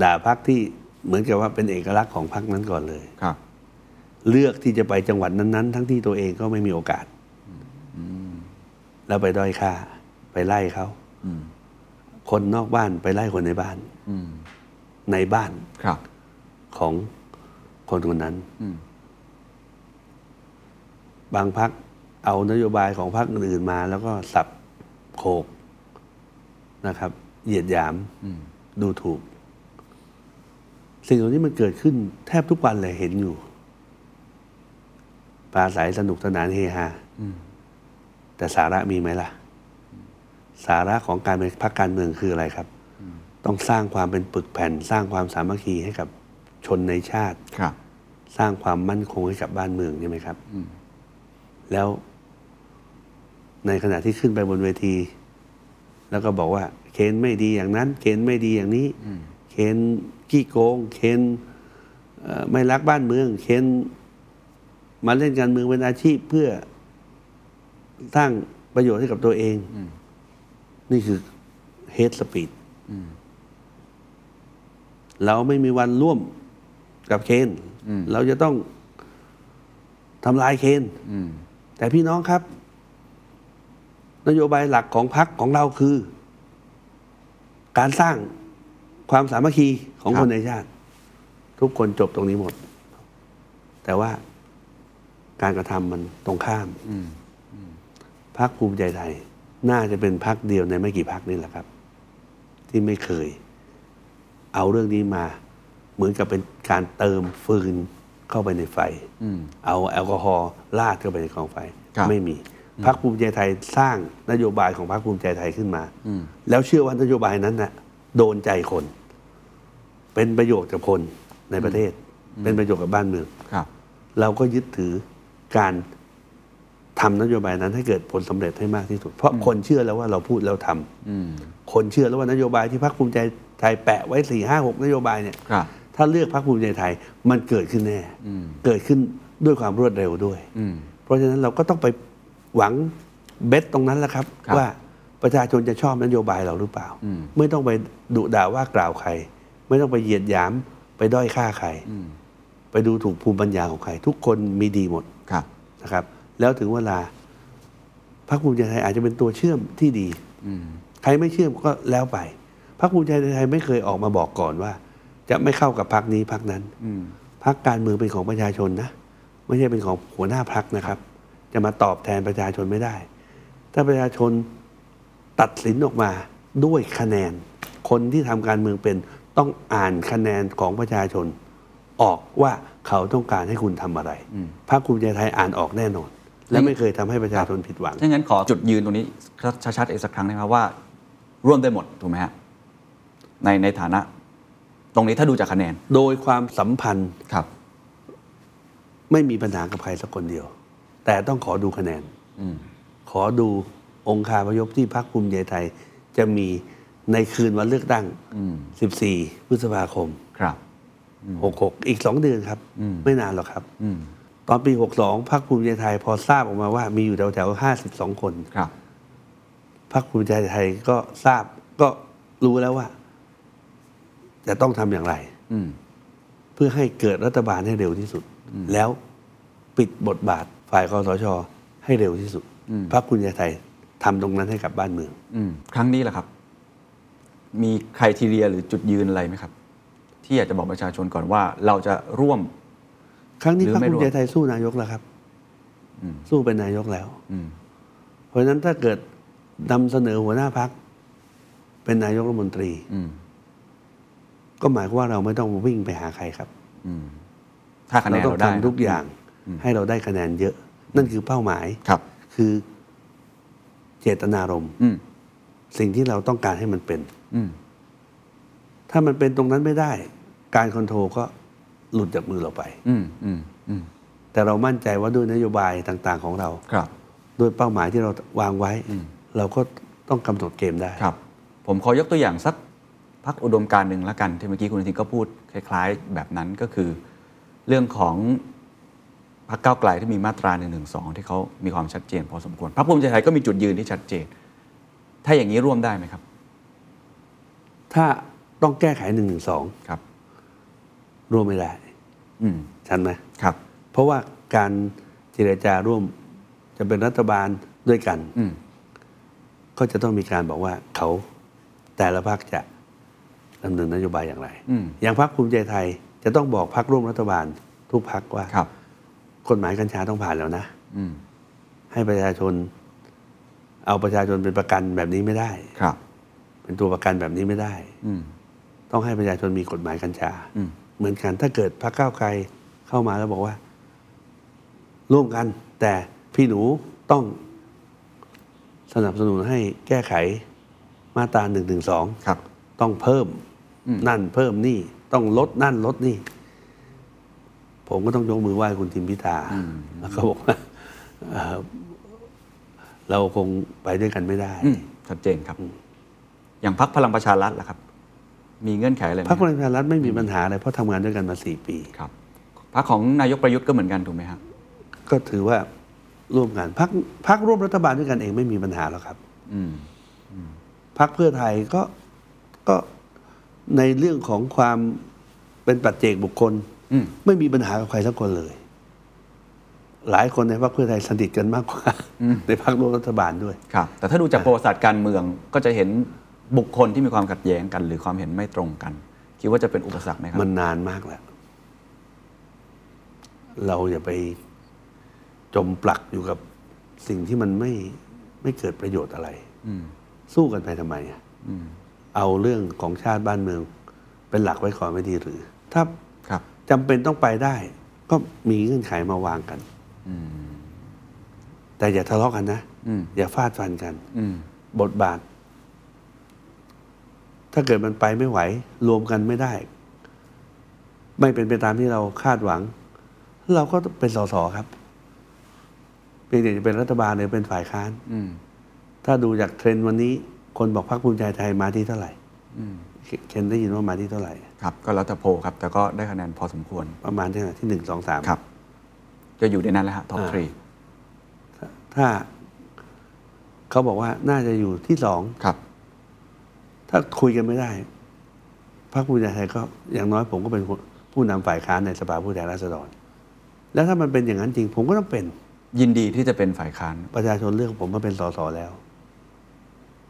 S2: ด่าพักที่เหมือนกับว่าเป็นเอกลักษณ์ของพักนั้นก่อนเลย
S1: ครับ
S2: เลือกที่จะไปจังหวัดนั้น ๆ ทั้งที่ตัวเองก็ไม่มีโอกาส แล้วไปด้อยค่า ไปไล่เขา
S1: อืม
S2: คนนอกบ้านไปไล่คนในบ้าน
S1: อืม
S2: ในบ้าน
S1: ครับ
S2: ของคนคนนั้น
S1: อืม
S2: บางพักเอานโยบายของพักอื่นๆมา แล้วก็สับโขกนะครับ เหยียดหยามดูถูก สิ่งเหล่านี้มันเกิดขึ้นแทบทุกวันเลยเห็นอยู่ปราศัยสนุกสนานเฮฮาแต่สาระมีไหมล่ะ สาระของการเป็นพักการเมืองคืออะไรครับ ต้องสร้างความเป็นปึกแผ่น สร้างความสามัคคีให้กับชนในชาติ
S1: ครับ
S2: สร้างความมั่นคงให้กับบ้านเมืองใช่ไหมครับ แล้ว ในขณะที่ขึ้นไปบนเวที แล้วก็บอกว่า เคนไม่ดีอย่างนั้น เคนไม่ดีอย่างนี้ เคนขี้โกง เคนเอ่อไม่รักบ้านเมือง เคนมาเล่นการเมืองเป็นอาชีพเพื่อสร้างประโยชน์ให้กับตัวเอง นี่คือเฮดสปีดเราไม่มีวันร่วม กับเคน เราจะต้องทำลายเคน
S1: อืม
S2: แต่พี่น้องครับ นโยบายหลักของพรรคของเราคือ การสร้างความสามัคคีของ
S1: ครั
S2: ค
S1: บ
S2: นในชาติ ทุกคนจบตรงนี้หมด แต่ว่าการกระทำมันตรงข้ามพรรคภูมิใจไทย น่าจะเป็นพรรคเดียวในไม่กี่พรรคนี่แหละครับ ที่ไม่เคย เอาเรื่องนี้มา เหมือนกับเป็นการเติมฟืนเข้าไปในไฟ
S1: อืม
S2: เอาแอลกอฮอล์ลาดเข้าไปในกองไฟ
S1: ครับ
S2: ไม่มีพรรคภูมิใจไทยสร้างนโยบายของพรรคภูมิใจไทยขึ้นมา
S1: อืม
S2: แล้วเชื่อว่านโยบายนั้นน่ะ โดนใจคน เป็นประโยชน์กับคนในประเทศ เป็นประโยชน์กับบ้านเมือง
S1: ครับ
S2: เราก็ยึดถือการทำนโยบายนั้นให้เกิดผลสำเร็จให้มากที่สุด เพราะคนเชื่อแล้วว่าเราพูดแล้วทำ
S1: อืม
S2: คนเชื่อแล้วว่านโยบายที่พรรคภูมิใจไทยแปะไว้สี่ห้าหกนโยบายเนี่ย
S1: ครับ
S2: ถ้าเลือกพรรคภูมิใจไทยมันเกิดขึ้นแน่
S1: อืม
S2: เกิดขึ้นด้วยความรวดเร็วด้วย
S1: อืม
S2: เพราะฉะนั้นเราก็ต้องไปหวังเบ็ดตรงนั้นแหละครับ
S1: ครับ
S2: ว่าประชาชนจะชอบนโยบายเราหรือเปล่า
S1: อืม
S2: ไม่ต้องไปดุด่าว่ากล่าวใคร ไม่ต้องไปเหยียดหยามไปด้อยค่าใคร
S1: อืม
S2: ไปดูถูกภูมิปัญญาของใคร ทุกคนมีดีหมด
S1: ครับ
S2: นะครับ แล้วถึงเวลาพรรคภูมิใจไทยอาจจะเป็นตัวเชื่อมที่ดี
S1: อืม
S2: ใครไม่เชื่อมก็แล้วไปพรรคภูมิใจไทยไม่เคยออกมาบอกก่อนว่า จะไม่เข้ากับพรรคนี้พรรคนั้น
S1: อืม
S2: พรรคการเมืองเป็นของประชาชนนะ ไม่ใช่เป็นของหัวหน้าพรรคนะครับ จะมาตอบแทนประชาชนไม่ได้ ถ้าประชาชนตัดสินออกมาด้วยคะแนน คนที่ทำการเมืองเป็นต้องอ่านคะแนนของประชาชน ออกว่าเขาต้องการให้คุณทำอะไรพรรคภูมิใจไทยอ่านออกแน่นอน และไม่เคยทำให้ประชาชนผิดหวัง
S1: ถ้างั้นขอจุดยืนตรงนี้ชัดๆอีกสักครั้งนะครับว่า ร่วมได้หมด ถูกไหมฮะในในฐานะ ตรงนี้ถ้าดูจากคะแนน
S2: โดยความสัมพันธ์
S1: ครับ
S2: ไม่มีปัญหากับใครสักคนเดียว แต่ต้องขอดูคะแนน
S1: อืม
S2: ขอดูองคาพยพที่พรรคภูมิใจไทย จะมีในคืนวันเลือกตั้ง
S1: อืม
S2: 14 พฤษภาคม
S1: ครับ
S2: 66 อีก 2 เดือนครับ
S1: อืม
S2: ไม่นานหรอกครับ
S1: อืม
S2: ตอนปี 62พรรคภูมิใจไทย พอทราบออกมาว่ามีอยู่แถวๆ52 คน
S1: ครับ
S2: พรรคภูมิใจไทยก็ทราบก็รู้แล้วว่า จะต้องทำอย่างไร
S1: อืม
S2: เพื่อให้เกิดรัฐบาลให้เร็วที่สุด แล้วปิดบทบาทฝ่ายคอสช ให้เร็วที่สุด
S1: อืม
S2: พรรคภูมิใจไทยทำตรงนั้นให้กับบ้านเมือง
S1: อืม ครั้งนี้แหละครับ มีใครทีเรียหรือจุดยืนอะไรไหมครับ ที่อยากจะบอกประชาชนก่อนว่าเราจะร่วม
S2: ครั้งนี้
S1: หรือ
S2: พรรค
S1: ไม่
S2: ภู
S1: ร่วม
S2: มิใจไทยสู้นายกแล้วครับ
S1: อืม
S2: สู้เป็นนายกแล้ว
S1: อืม
S2: เพราะฉะนั้นถ้าเกิดนำเสนอหัวหน้าพัก เป็นนายกรัฐมนตรี
S1: อืม
S2: ก็หมายความว่าเราไม่ต้องวิ่งไปหาใครครับ
S1: อืม ถ้าคะแนน
S2: เราต้อง
S1: เราได้นะ
S2: ทำทุกอย่างให้เราได้คะแนนเยอะ นั่นคือเป้าหมาย
S1: ครับ
S2: คือเจตนารมณ์
S1: อืม
S2: สิ่งที่เราต้องการให้มันเป็น
S1: อืม
S2: ถ้ามันเป็นตรงนั้นไม่ได้ การคอนโทรลก็หลุดจากมือเราไป
S1: อืม อืม อืม
S2: แต่เรามั่นใจว่าด้วยนโยบายต่าง ๆ ของเรา
S1: ครับ
S2: ด้วยเป้าหมายที่เราวางไว้ เราก็ต้องกำหนดเกมได้
S1: ครับ ผมขอยกตัวอย่างสัก พักอุดมการณ์หนึ่งละกัน ที่เมื่อกี้คุณอนุทินก็พูดคล้าย ๆ แบบนั้นก็คือ เรื่องของพรรคก้าวไกลที่มีมาตรา1นึที่เขามีความชัดเจนพอสมควรพรรคภูมิใจไทยก็มีจุดยืนที่ชัดเจน ถ้าอย่างนี้ร่วมได้ไหมครับ
S2: ถ้าต้องแก้ไขหนึ่งหนึ่งสอง
S1: ครับ
S2: ร่วมไม่ได้
S1: อืม
S2: ชันไหม
S1: ครับ
S2: เพราะว่าการเจรจาร่วมจะเป็นรัฐบาลด้วยกัน
S1: อืม
S2: ก็จะต้องมีการบอกว่าเขาแต่ละพรรคจะดำเนินนโยบายอย่างไร
S1: อืม
S2: อย่างพรรคภูมิใจไทยจะต้องบอกพรรคร่วมรัฐบาล ทุกพรรคว่า
S1: ครับ
S2: กฎหมายกัญชาต้องผ่านแล้วนะ
S1: อืม
S2: ให้ประชาชน เอาประชาชนเป็นประกันแบบนี้ไม่ได้
S1: ครับ
S2: เป็นตัวประกันแบบนี้ไม่ได้
S1: อืม
S2: ต้องให้ประชาชนมีกฎหมายกัญชา
S1: อืม
S2: เหมือนกันถ้าเกิดพรรคก้าวไกลเข้ามาแล้วบอกว่า ร่วมกัน แต่พี่หนูต้องสนับสนุนให้แก้ไขมาตราหนึ่งถึงสอง
S1: ครับ
S2: ต้องเพิ่ม
S1: อืม
S2: นั่นเพิ่มนี่ ต้องลดนั่นลดนี่ ผมก็ต้องยกมือไหว้คุณทิมพิธาแล้วก็บอกว่าเอ่อเราคงไปด้วยกันไม่ได้
S1: อืมชัดเจนครับ อย่างพักพลังประชารัฐล่ะครับ มีเงื่อนไขอะไรไหม
S2: พรรคพลังประชารัฐไม่มีปัญหาอะไรเพราะทำงานด้วยกันมาสี่ปี
S1: ครับพักของนายกประยุทธ์ก็เหมือนกันถูกไหมครับ
S2: ก็ถือว่าร่วมกันพักพักร่วมรัฐบาลด้วยกันเองไม่มีปัญหาแล้วครับ
S1: อืม
S2: พักเพื่อไทยก็ก็ในเรื่องของความเป็นปัจเจกบุคคล
S1: อืม
S2: ไม่มีปัญหากับใครสักคนเลย หลายคนในพรรคเพื่อไทยสนิทกันมากกว่า ในพรรคร่วมรัฐบาลด้วย
S1: ครับ แต่ถ้าดูจากประวัติศาสตร์การเมืองก็จะเห็นบุคคลที่มีความขัดแย้งกัน หรือความเห็นไม่ตรงกัน คิดว่าจะเป็นอุปสรรคไหมครับ
S2: มันนานมากแล้ว เราอย่าไปจมปลักอยู่กับสิ่งที่มันไม่ไม่เกิดประโยชน์อะไร
S1: อืม
S2: สู้กันไปทำไมอะ
S1: อืม
S2: เอาเรื่องของชาติบ้านเมือง เป็นหลักไว้ก่อนไม่ดีหรือ ถ้า
S1: ครับ
S2: จำเป็นต้องไปได้ ก็มีเงื่อนไขมาวางกัน
S1: อืม
S2: แต่อย่าทะเลาะกันนะ
S1: อืม
S2: อย่าฟาดฟันกัน
S1: อืม
S2: บทบาท ถ้าเกิดมันไปไม่ไหว รวมกันไม่ได้ ไม่เป็นไปตามที่เราคาดหวัง เราก็เป็นสสครับเพียงแต่จะเป็นรัฐบาลหรือเป็นฝ่ายค้าน
S1: อืม
S2: ถ้าดูจากเทรนด์วันนี้ คนบอกพรรคภูมิใจไทยมาที่เท่าไหร่
S1: อืม
S2: เคนเคนได้ยินว่ามาที่เท่าไหร่
S1: ครับ ก็แล้วแต่โพลครับ แต่ก็ได้คะแนนพอสมควร
S2: ประมาณที่ไหนที่หนึ่งสองสาม
S1: ครับ จะอยู่ในนั้นแหละฮะท็อป
S2: อ่า
S1: ทรี
S2: ถ้า เขาบอกว่าน่าจะอยู่ที่สอง
S1: ครับ
S2: ถ้าคุยกันไม่ได้ พรรคภูมิใจไทยก็อย่างน้อยผมก็เป็นผู้ผู้นำฝ่ายค้านในสภาผู้แทนราษฎร แล้วถ้ามันเป็นอย่างนั้นจริง ผมก็ต้องเป็น
S1: ยินดีที่จะเป็นฝ่ายค้าน
S2: ประชาชนเลือกผมมาเป็นสสแล้ว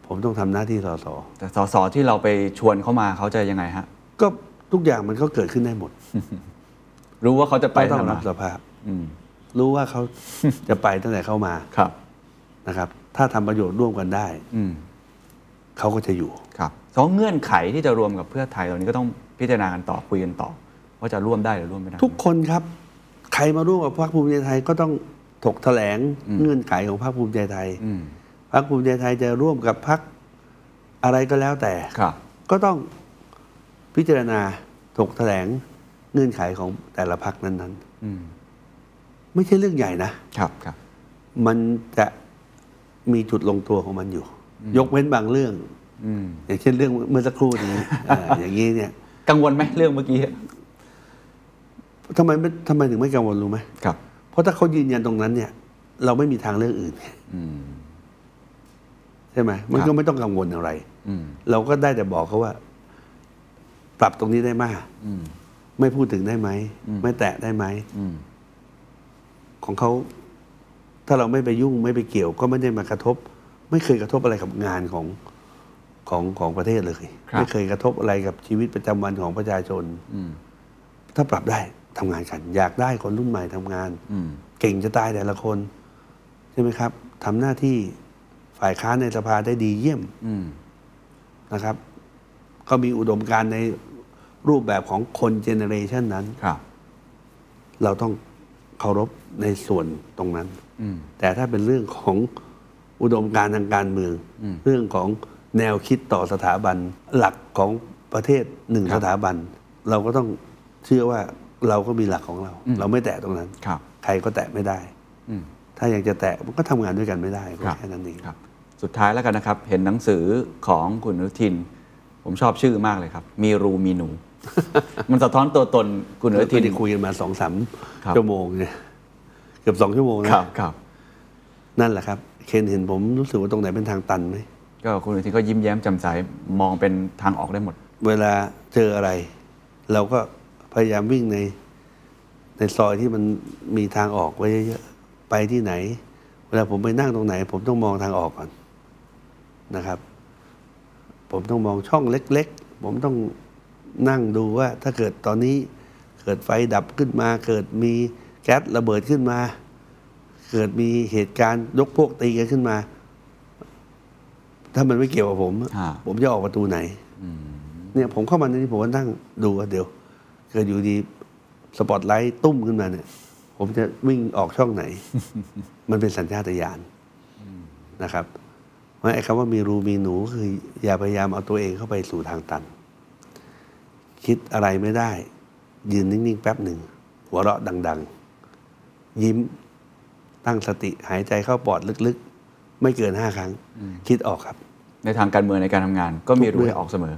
S2: ผมต้องทำหน้าที่สส
S1: แต่สสที่เราไปชวนเข้ามาเขาจะยังไงฮะ
S2: ก็ทุกอย่างมันก็เกิดขึ้นได้หมด
S1: รู้ว่าเขาจะไป
S2: ก็ต้อง
S1: ทำไม
S2: รับสภาพ
S1: อืม
S2: รู้ว่าเขา จะไปตั้งแต่เข้ามา
S1: ครับ
S2: นะครับ ถ้าทำประโยชน์ร่วมกันได้
S1: อืม
S2: เขาก็จะอยู่
S1: ครับสองเงื่อนไขที่จะรวมกับเพื่อไทยตอนนี้ก็ต้องพิจารณากันต่อคุยกันต่อ ว่าจะร่วมได้หรือร่วมไม่ได้
S2: ทุกคนครับ ใครมาร่วมกับพรรคภูมิใจไทยก็ต้องถกแถลง
S1: อืม
S2: เงื่อนไขของพรรคภูมิใจไทย
S1: อืม
S2: พรรคภูมิใจไทยจะร่วมกับพรรคอะไรก็แล้วแต่
S1: ครับ
S2: ก็ต้องพิจารณาถกแถลงเงื่อนไขของแต่ละพรรคนั้น
S1: อืม
S2: ๆ ไม่ใช่เรื่องใหญ่นะ
S1: ครับครับ
S2: มันจะมีจุดลงตัวของมันอยู่ ยกเว้นบางเรื่อง
S1: อืม
S2: อย่างเช่นเรื่องเมื่อสักครู่นี้ อ่าอย่างนี้เนี่ย
S1: กังวลไหมเรื่องเมื่อกี้
S2: ทำไมไม่ทำไมถึงไม่กังวลรู้ไหม
S1: ครับ
S2: เพราะถ้าเขายืนยันตรงนั้นเนี่ย เราไม่มีทางเลือกอื่น
S1: อืม
S2: ใช่ไหมมัน
S1: ครั
S2: ก็
S1: บ
S2: ไม่ต้องกังวลอะไร
S1: อืม
S2: เราก็ได้แต่บอกเขาว่า ปรับตรงนี้ได้มาก
S1: อืม
S2: ไม่พูดถึงได้ไหม
S1: อืม
S2: ไม่แตะได้ไหม
S1: อืม
S2: ของเขา ถ้าเราไม่ไปยุ่งไม่ไปเกี่ยว ก็ไม่ได้มากระทบ ไม่เคยกระทบอะไรกับงานของของของประเทศเลย ไม่เคยกระทบอะไรกับชีวิตประจำวันของประชาชน
S1: อืม
S2: ถ้าปรับได้ทำงานกัน อยากได้คนรุ่นใหม่ทำงาน
S1: อืม
S2: เก่งจะตายแต่ละคน ใช่ไหมครับทำหน้าที่ฝ่ายค้านในสภาได้ดีเยี่ยม
S1: อืม
S2: นะครับ ก็มีอุดมการณ์ในรูปแบบของคนเจเนเรชันนั้น
S1: ครับ
S2: เราต้องเคารพในส่วนตรงนั้น
S1: อืม
S2: แต่ถ้าเป็นเรื่องของอุดมการณ์ทางการเมือง
S1: อืม
S2: เรื่องของแนวคิดต่อสถาบันหลักของประเทศหนึ่ง
S1: ครับ
S2: สถาบัน เราก็ต้องเชื่อว่าเราก็มีหลักของเรา
S1: อืม
S2: เราไม่แตะตรงนั้น
S1: ครับ
S2: ใครก็แตะไม่ได้
S1: อืม
S2: ถ้ายังจะแตะมันก็ทำงานด้วยกันไม่ได้ก็
S1: ครับ
S2: แค่นั้นเอง
S1: ครับ สุดท้ายแล้วกันนะครับ เห็นหนังสือของคุณอนุทิน ผมชอบชื่อมากเลยครับ มีรูมีหนู มันสะท้อนตัวตนคุณอนุทิ
S2: ที่
S1: น
S2: ได้คุยกันมาสองสาม
S1: ครับ
S2: ชั่วโมงเนี่ยเกือบสองชั่วโมงนะครับ
S1: ครับ
S2: นั่นแหละครับ เคนเห็นผมรู้สึกว่าตรงไหนเป็นทางตันไหม
S1: ก็คุณอนุทินก็ยิ้มแย้มแจ่มใสมองเป็นทางออกได้หมด
S2: เวลาเจออะไร เราก็พยายามวิ่งใน ในซอยที่มันมีทางออกไว้เยอะๆไปที่ไหน เวลาผมไปนั่งตรงไหน ผมต้องมองทางออกก่อนนะครับ ผมต้องมองช่องเล็ก ๆ ผมต้องนั่งดูว่า ถ้าเกิดตอนนี้เกิดไฟดับขึ้นมา เกิดมีแก๊สระเบิดขึ้นมา เกิดมีเหตุการณ์ยกพวกตีกันขึ้นมา ถ้ามันไม่เกี่ยวกับผมอะ
S1: อ่า
S2: ผมจะออกประตูไหน เนี่ยผมเข้ามาในนี้ผมก็นั่งดูว่าเดี๋ยว เกิดอยู่ดีสปอตไลท์ตุ้มขึ้นมาเนี่ย ผมจะวิ่งออกช่อง ไหน มันเป็นสัญชาตญาณนะครับเพราะฉะนั้นไอ้คำว่ามีรูมีหนูคือ อย่าพยายามเอาตัวเองเข้าไปสู่ทางตัน คิดอะไรไม่ได้ ยืนนิ่ง ๆ แป๊บหนึ่ง หัวเราะดัง ๆ ยิ้มตั้งสติหายใจเข้าปอดลึกๆ ไม่เกินห้าครั้ง คิดออกครับ
S1: ในทางการเมืองในการทำงาน ก็มีรู
S2: ทุกเรื่อง
S1: ให้ออกเสมอ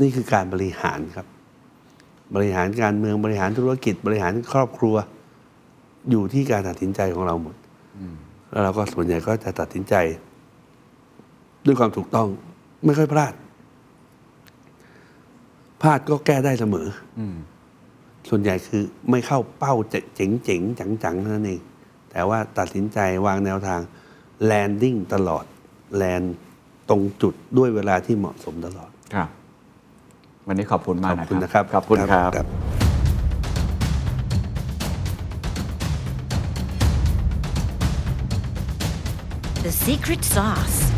S2: นี่คือการบริหารครับ บริหารการเมืองบริหารธุรกิจ บริหารครอบครัว อยู่ที่การตัดสินใจของเราหมดแล้วเราก็ส่วนใหญ่ก็จะตัดสินใจ ด้วยความถูกต้อง ไม่ค่อยพลาด พลาดก็แก้ได้เสมออ
S1: ม
S2: ส่วนใหญ่คือไม่เข้าเป้าเจ๋งๆจังๆเท่านั่นเอง แต่ว่าตัดสินใจวางแนวทางแลนดิ้งตลอดแลนตรงจุดด้วยเวลาที่เหมาะสมตลอด
S1: ครับ วันนี้ขอบคุณมาก
S2: ข
S1: นะ
S2: อบคุณนะค
S1: ค
S2: รั
S1: รับ ขอบคุณครับ
S4: The secret sauce.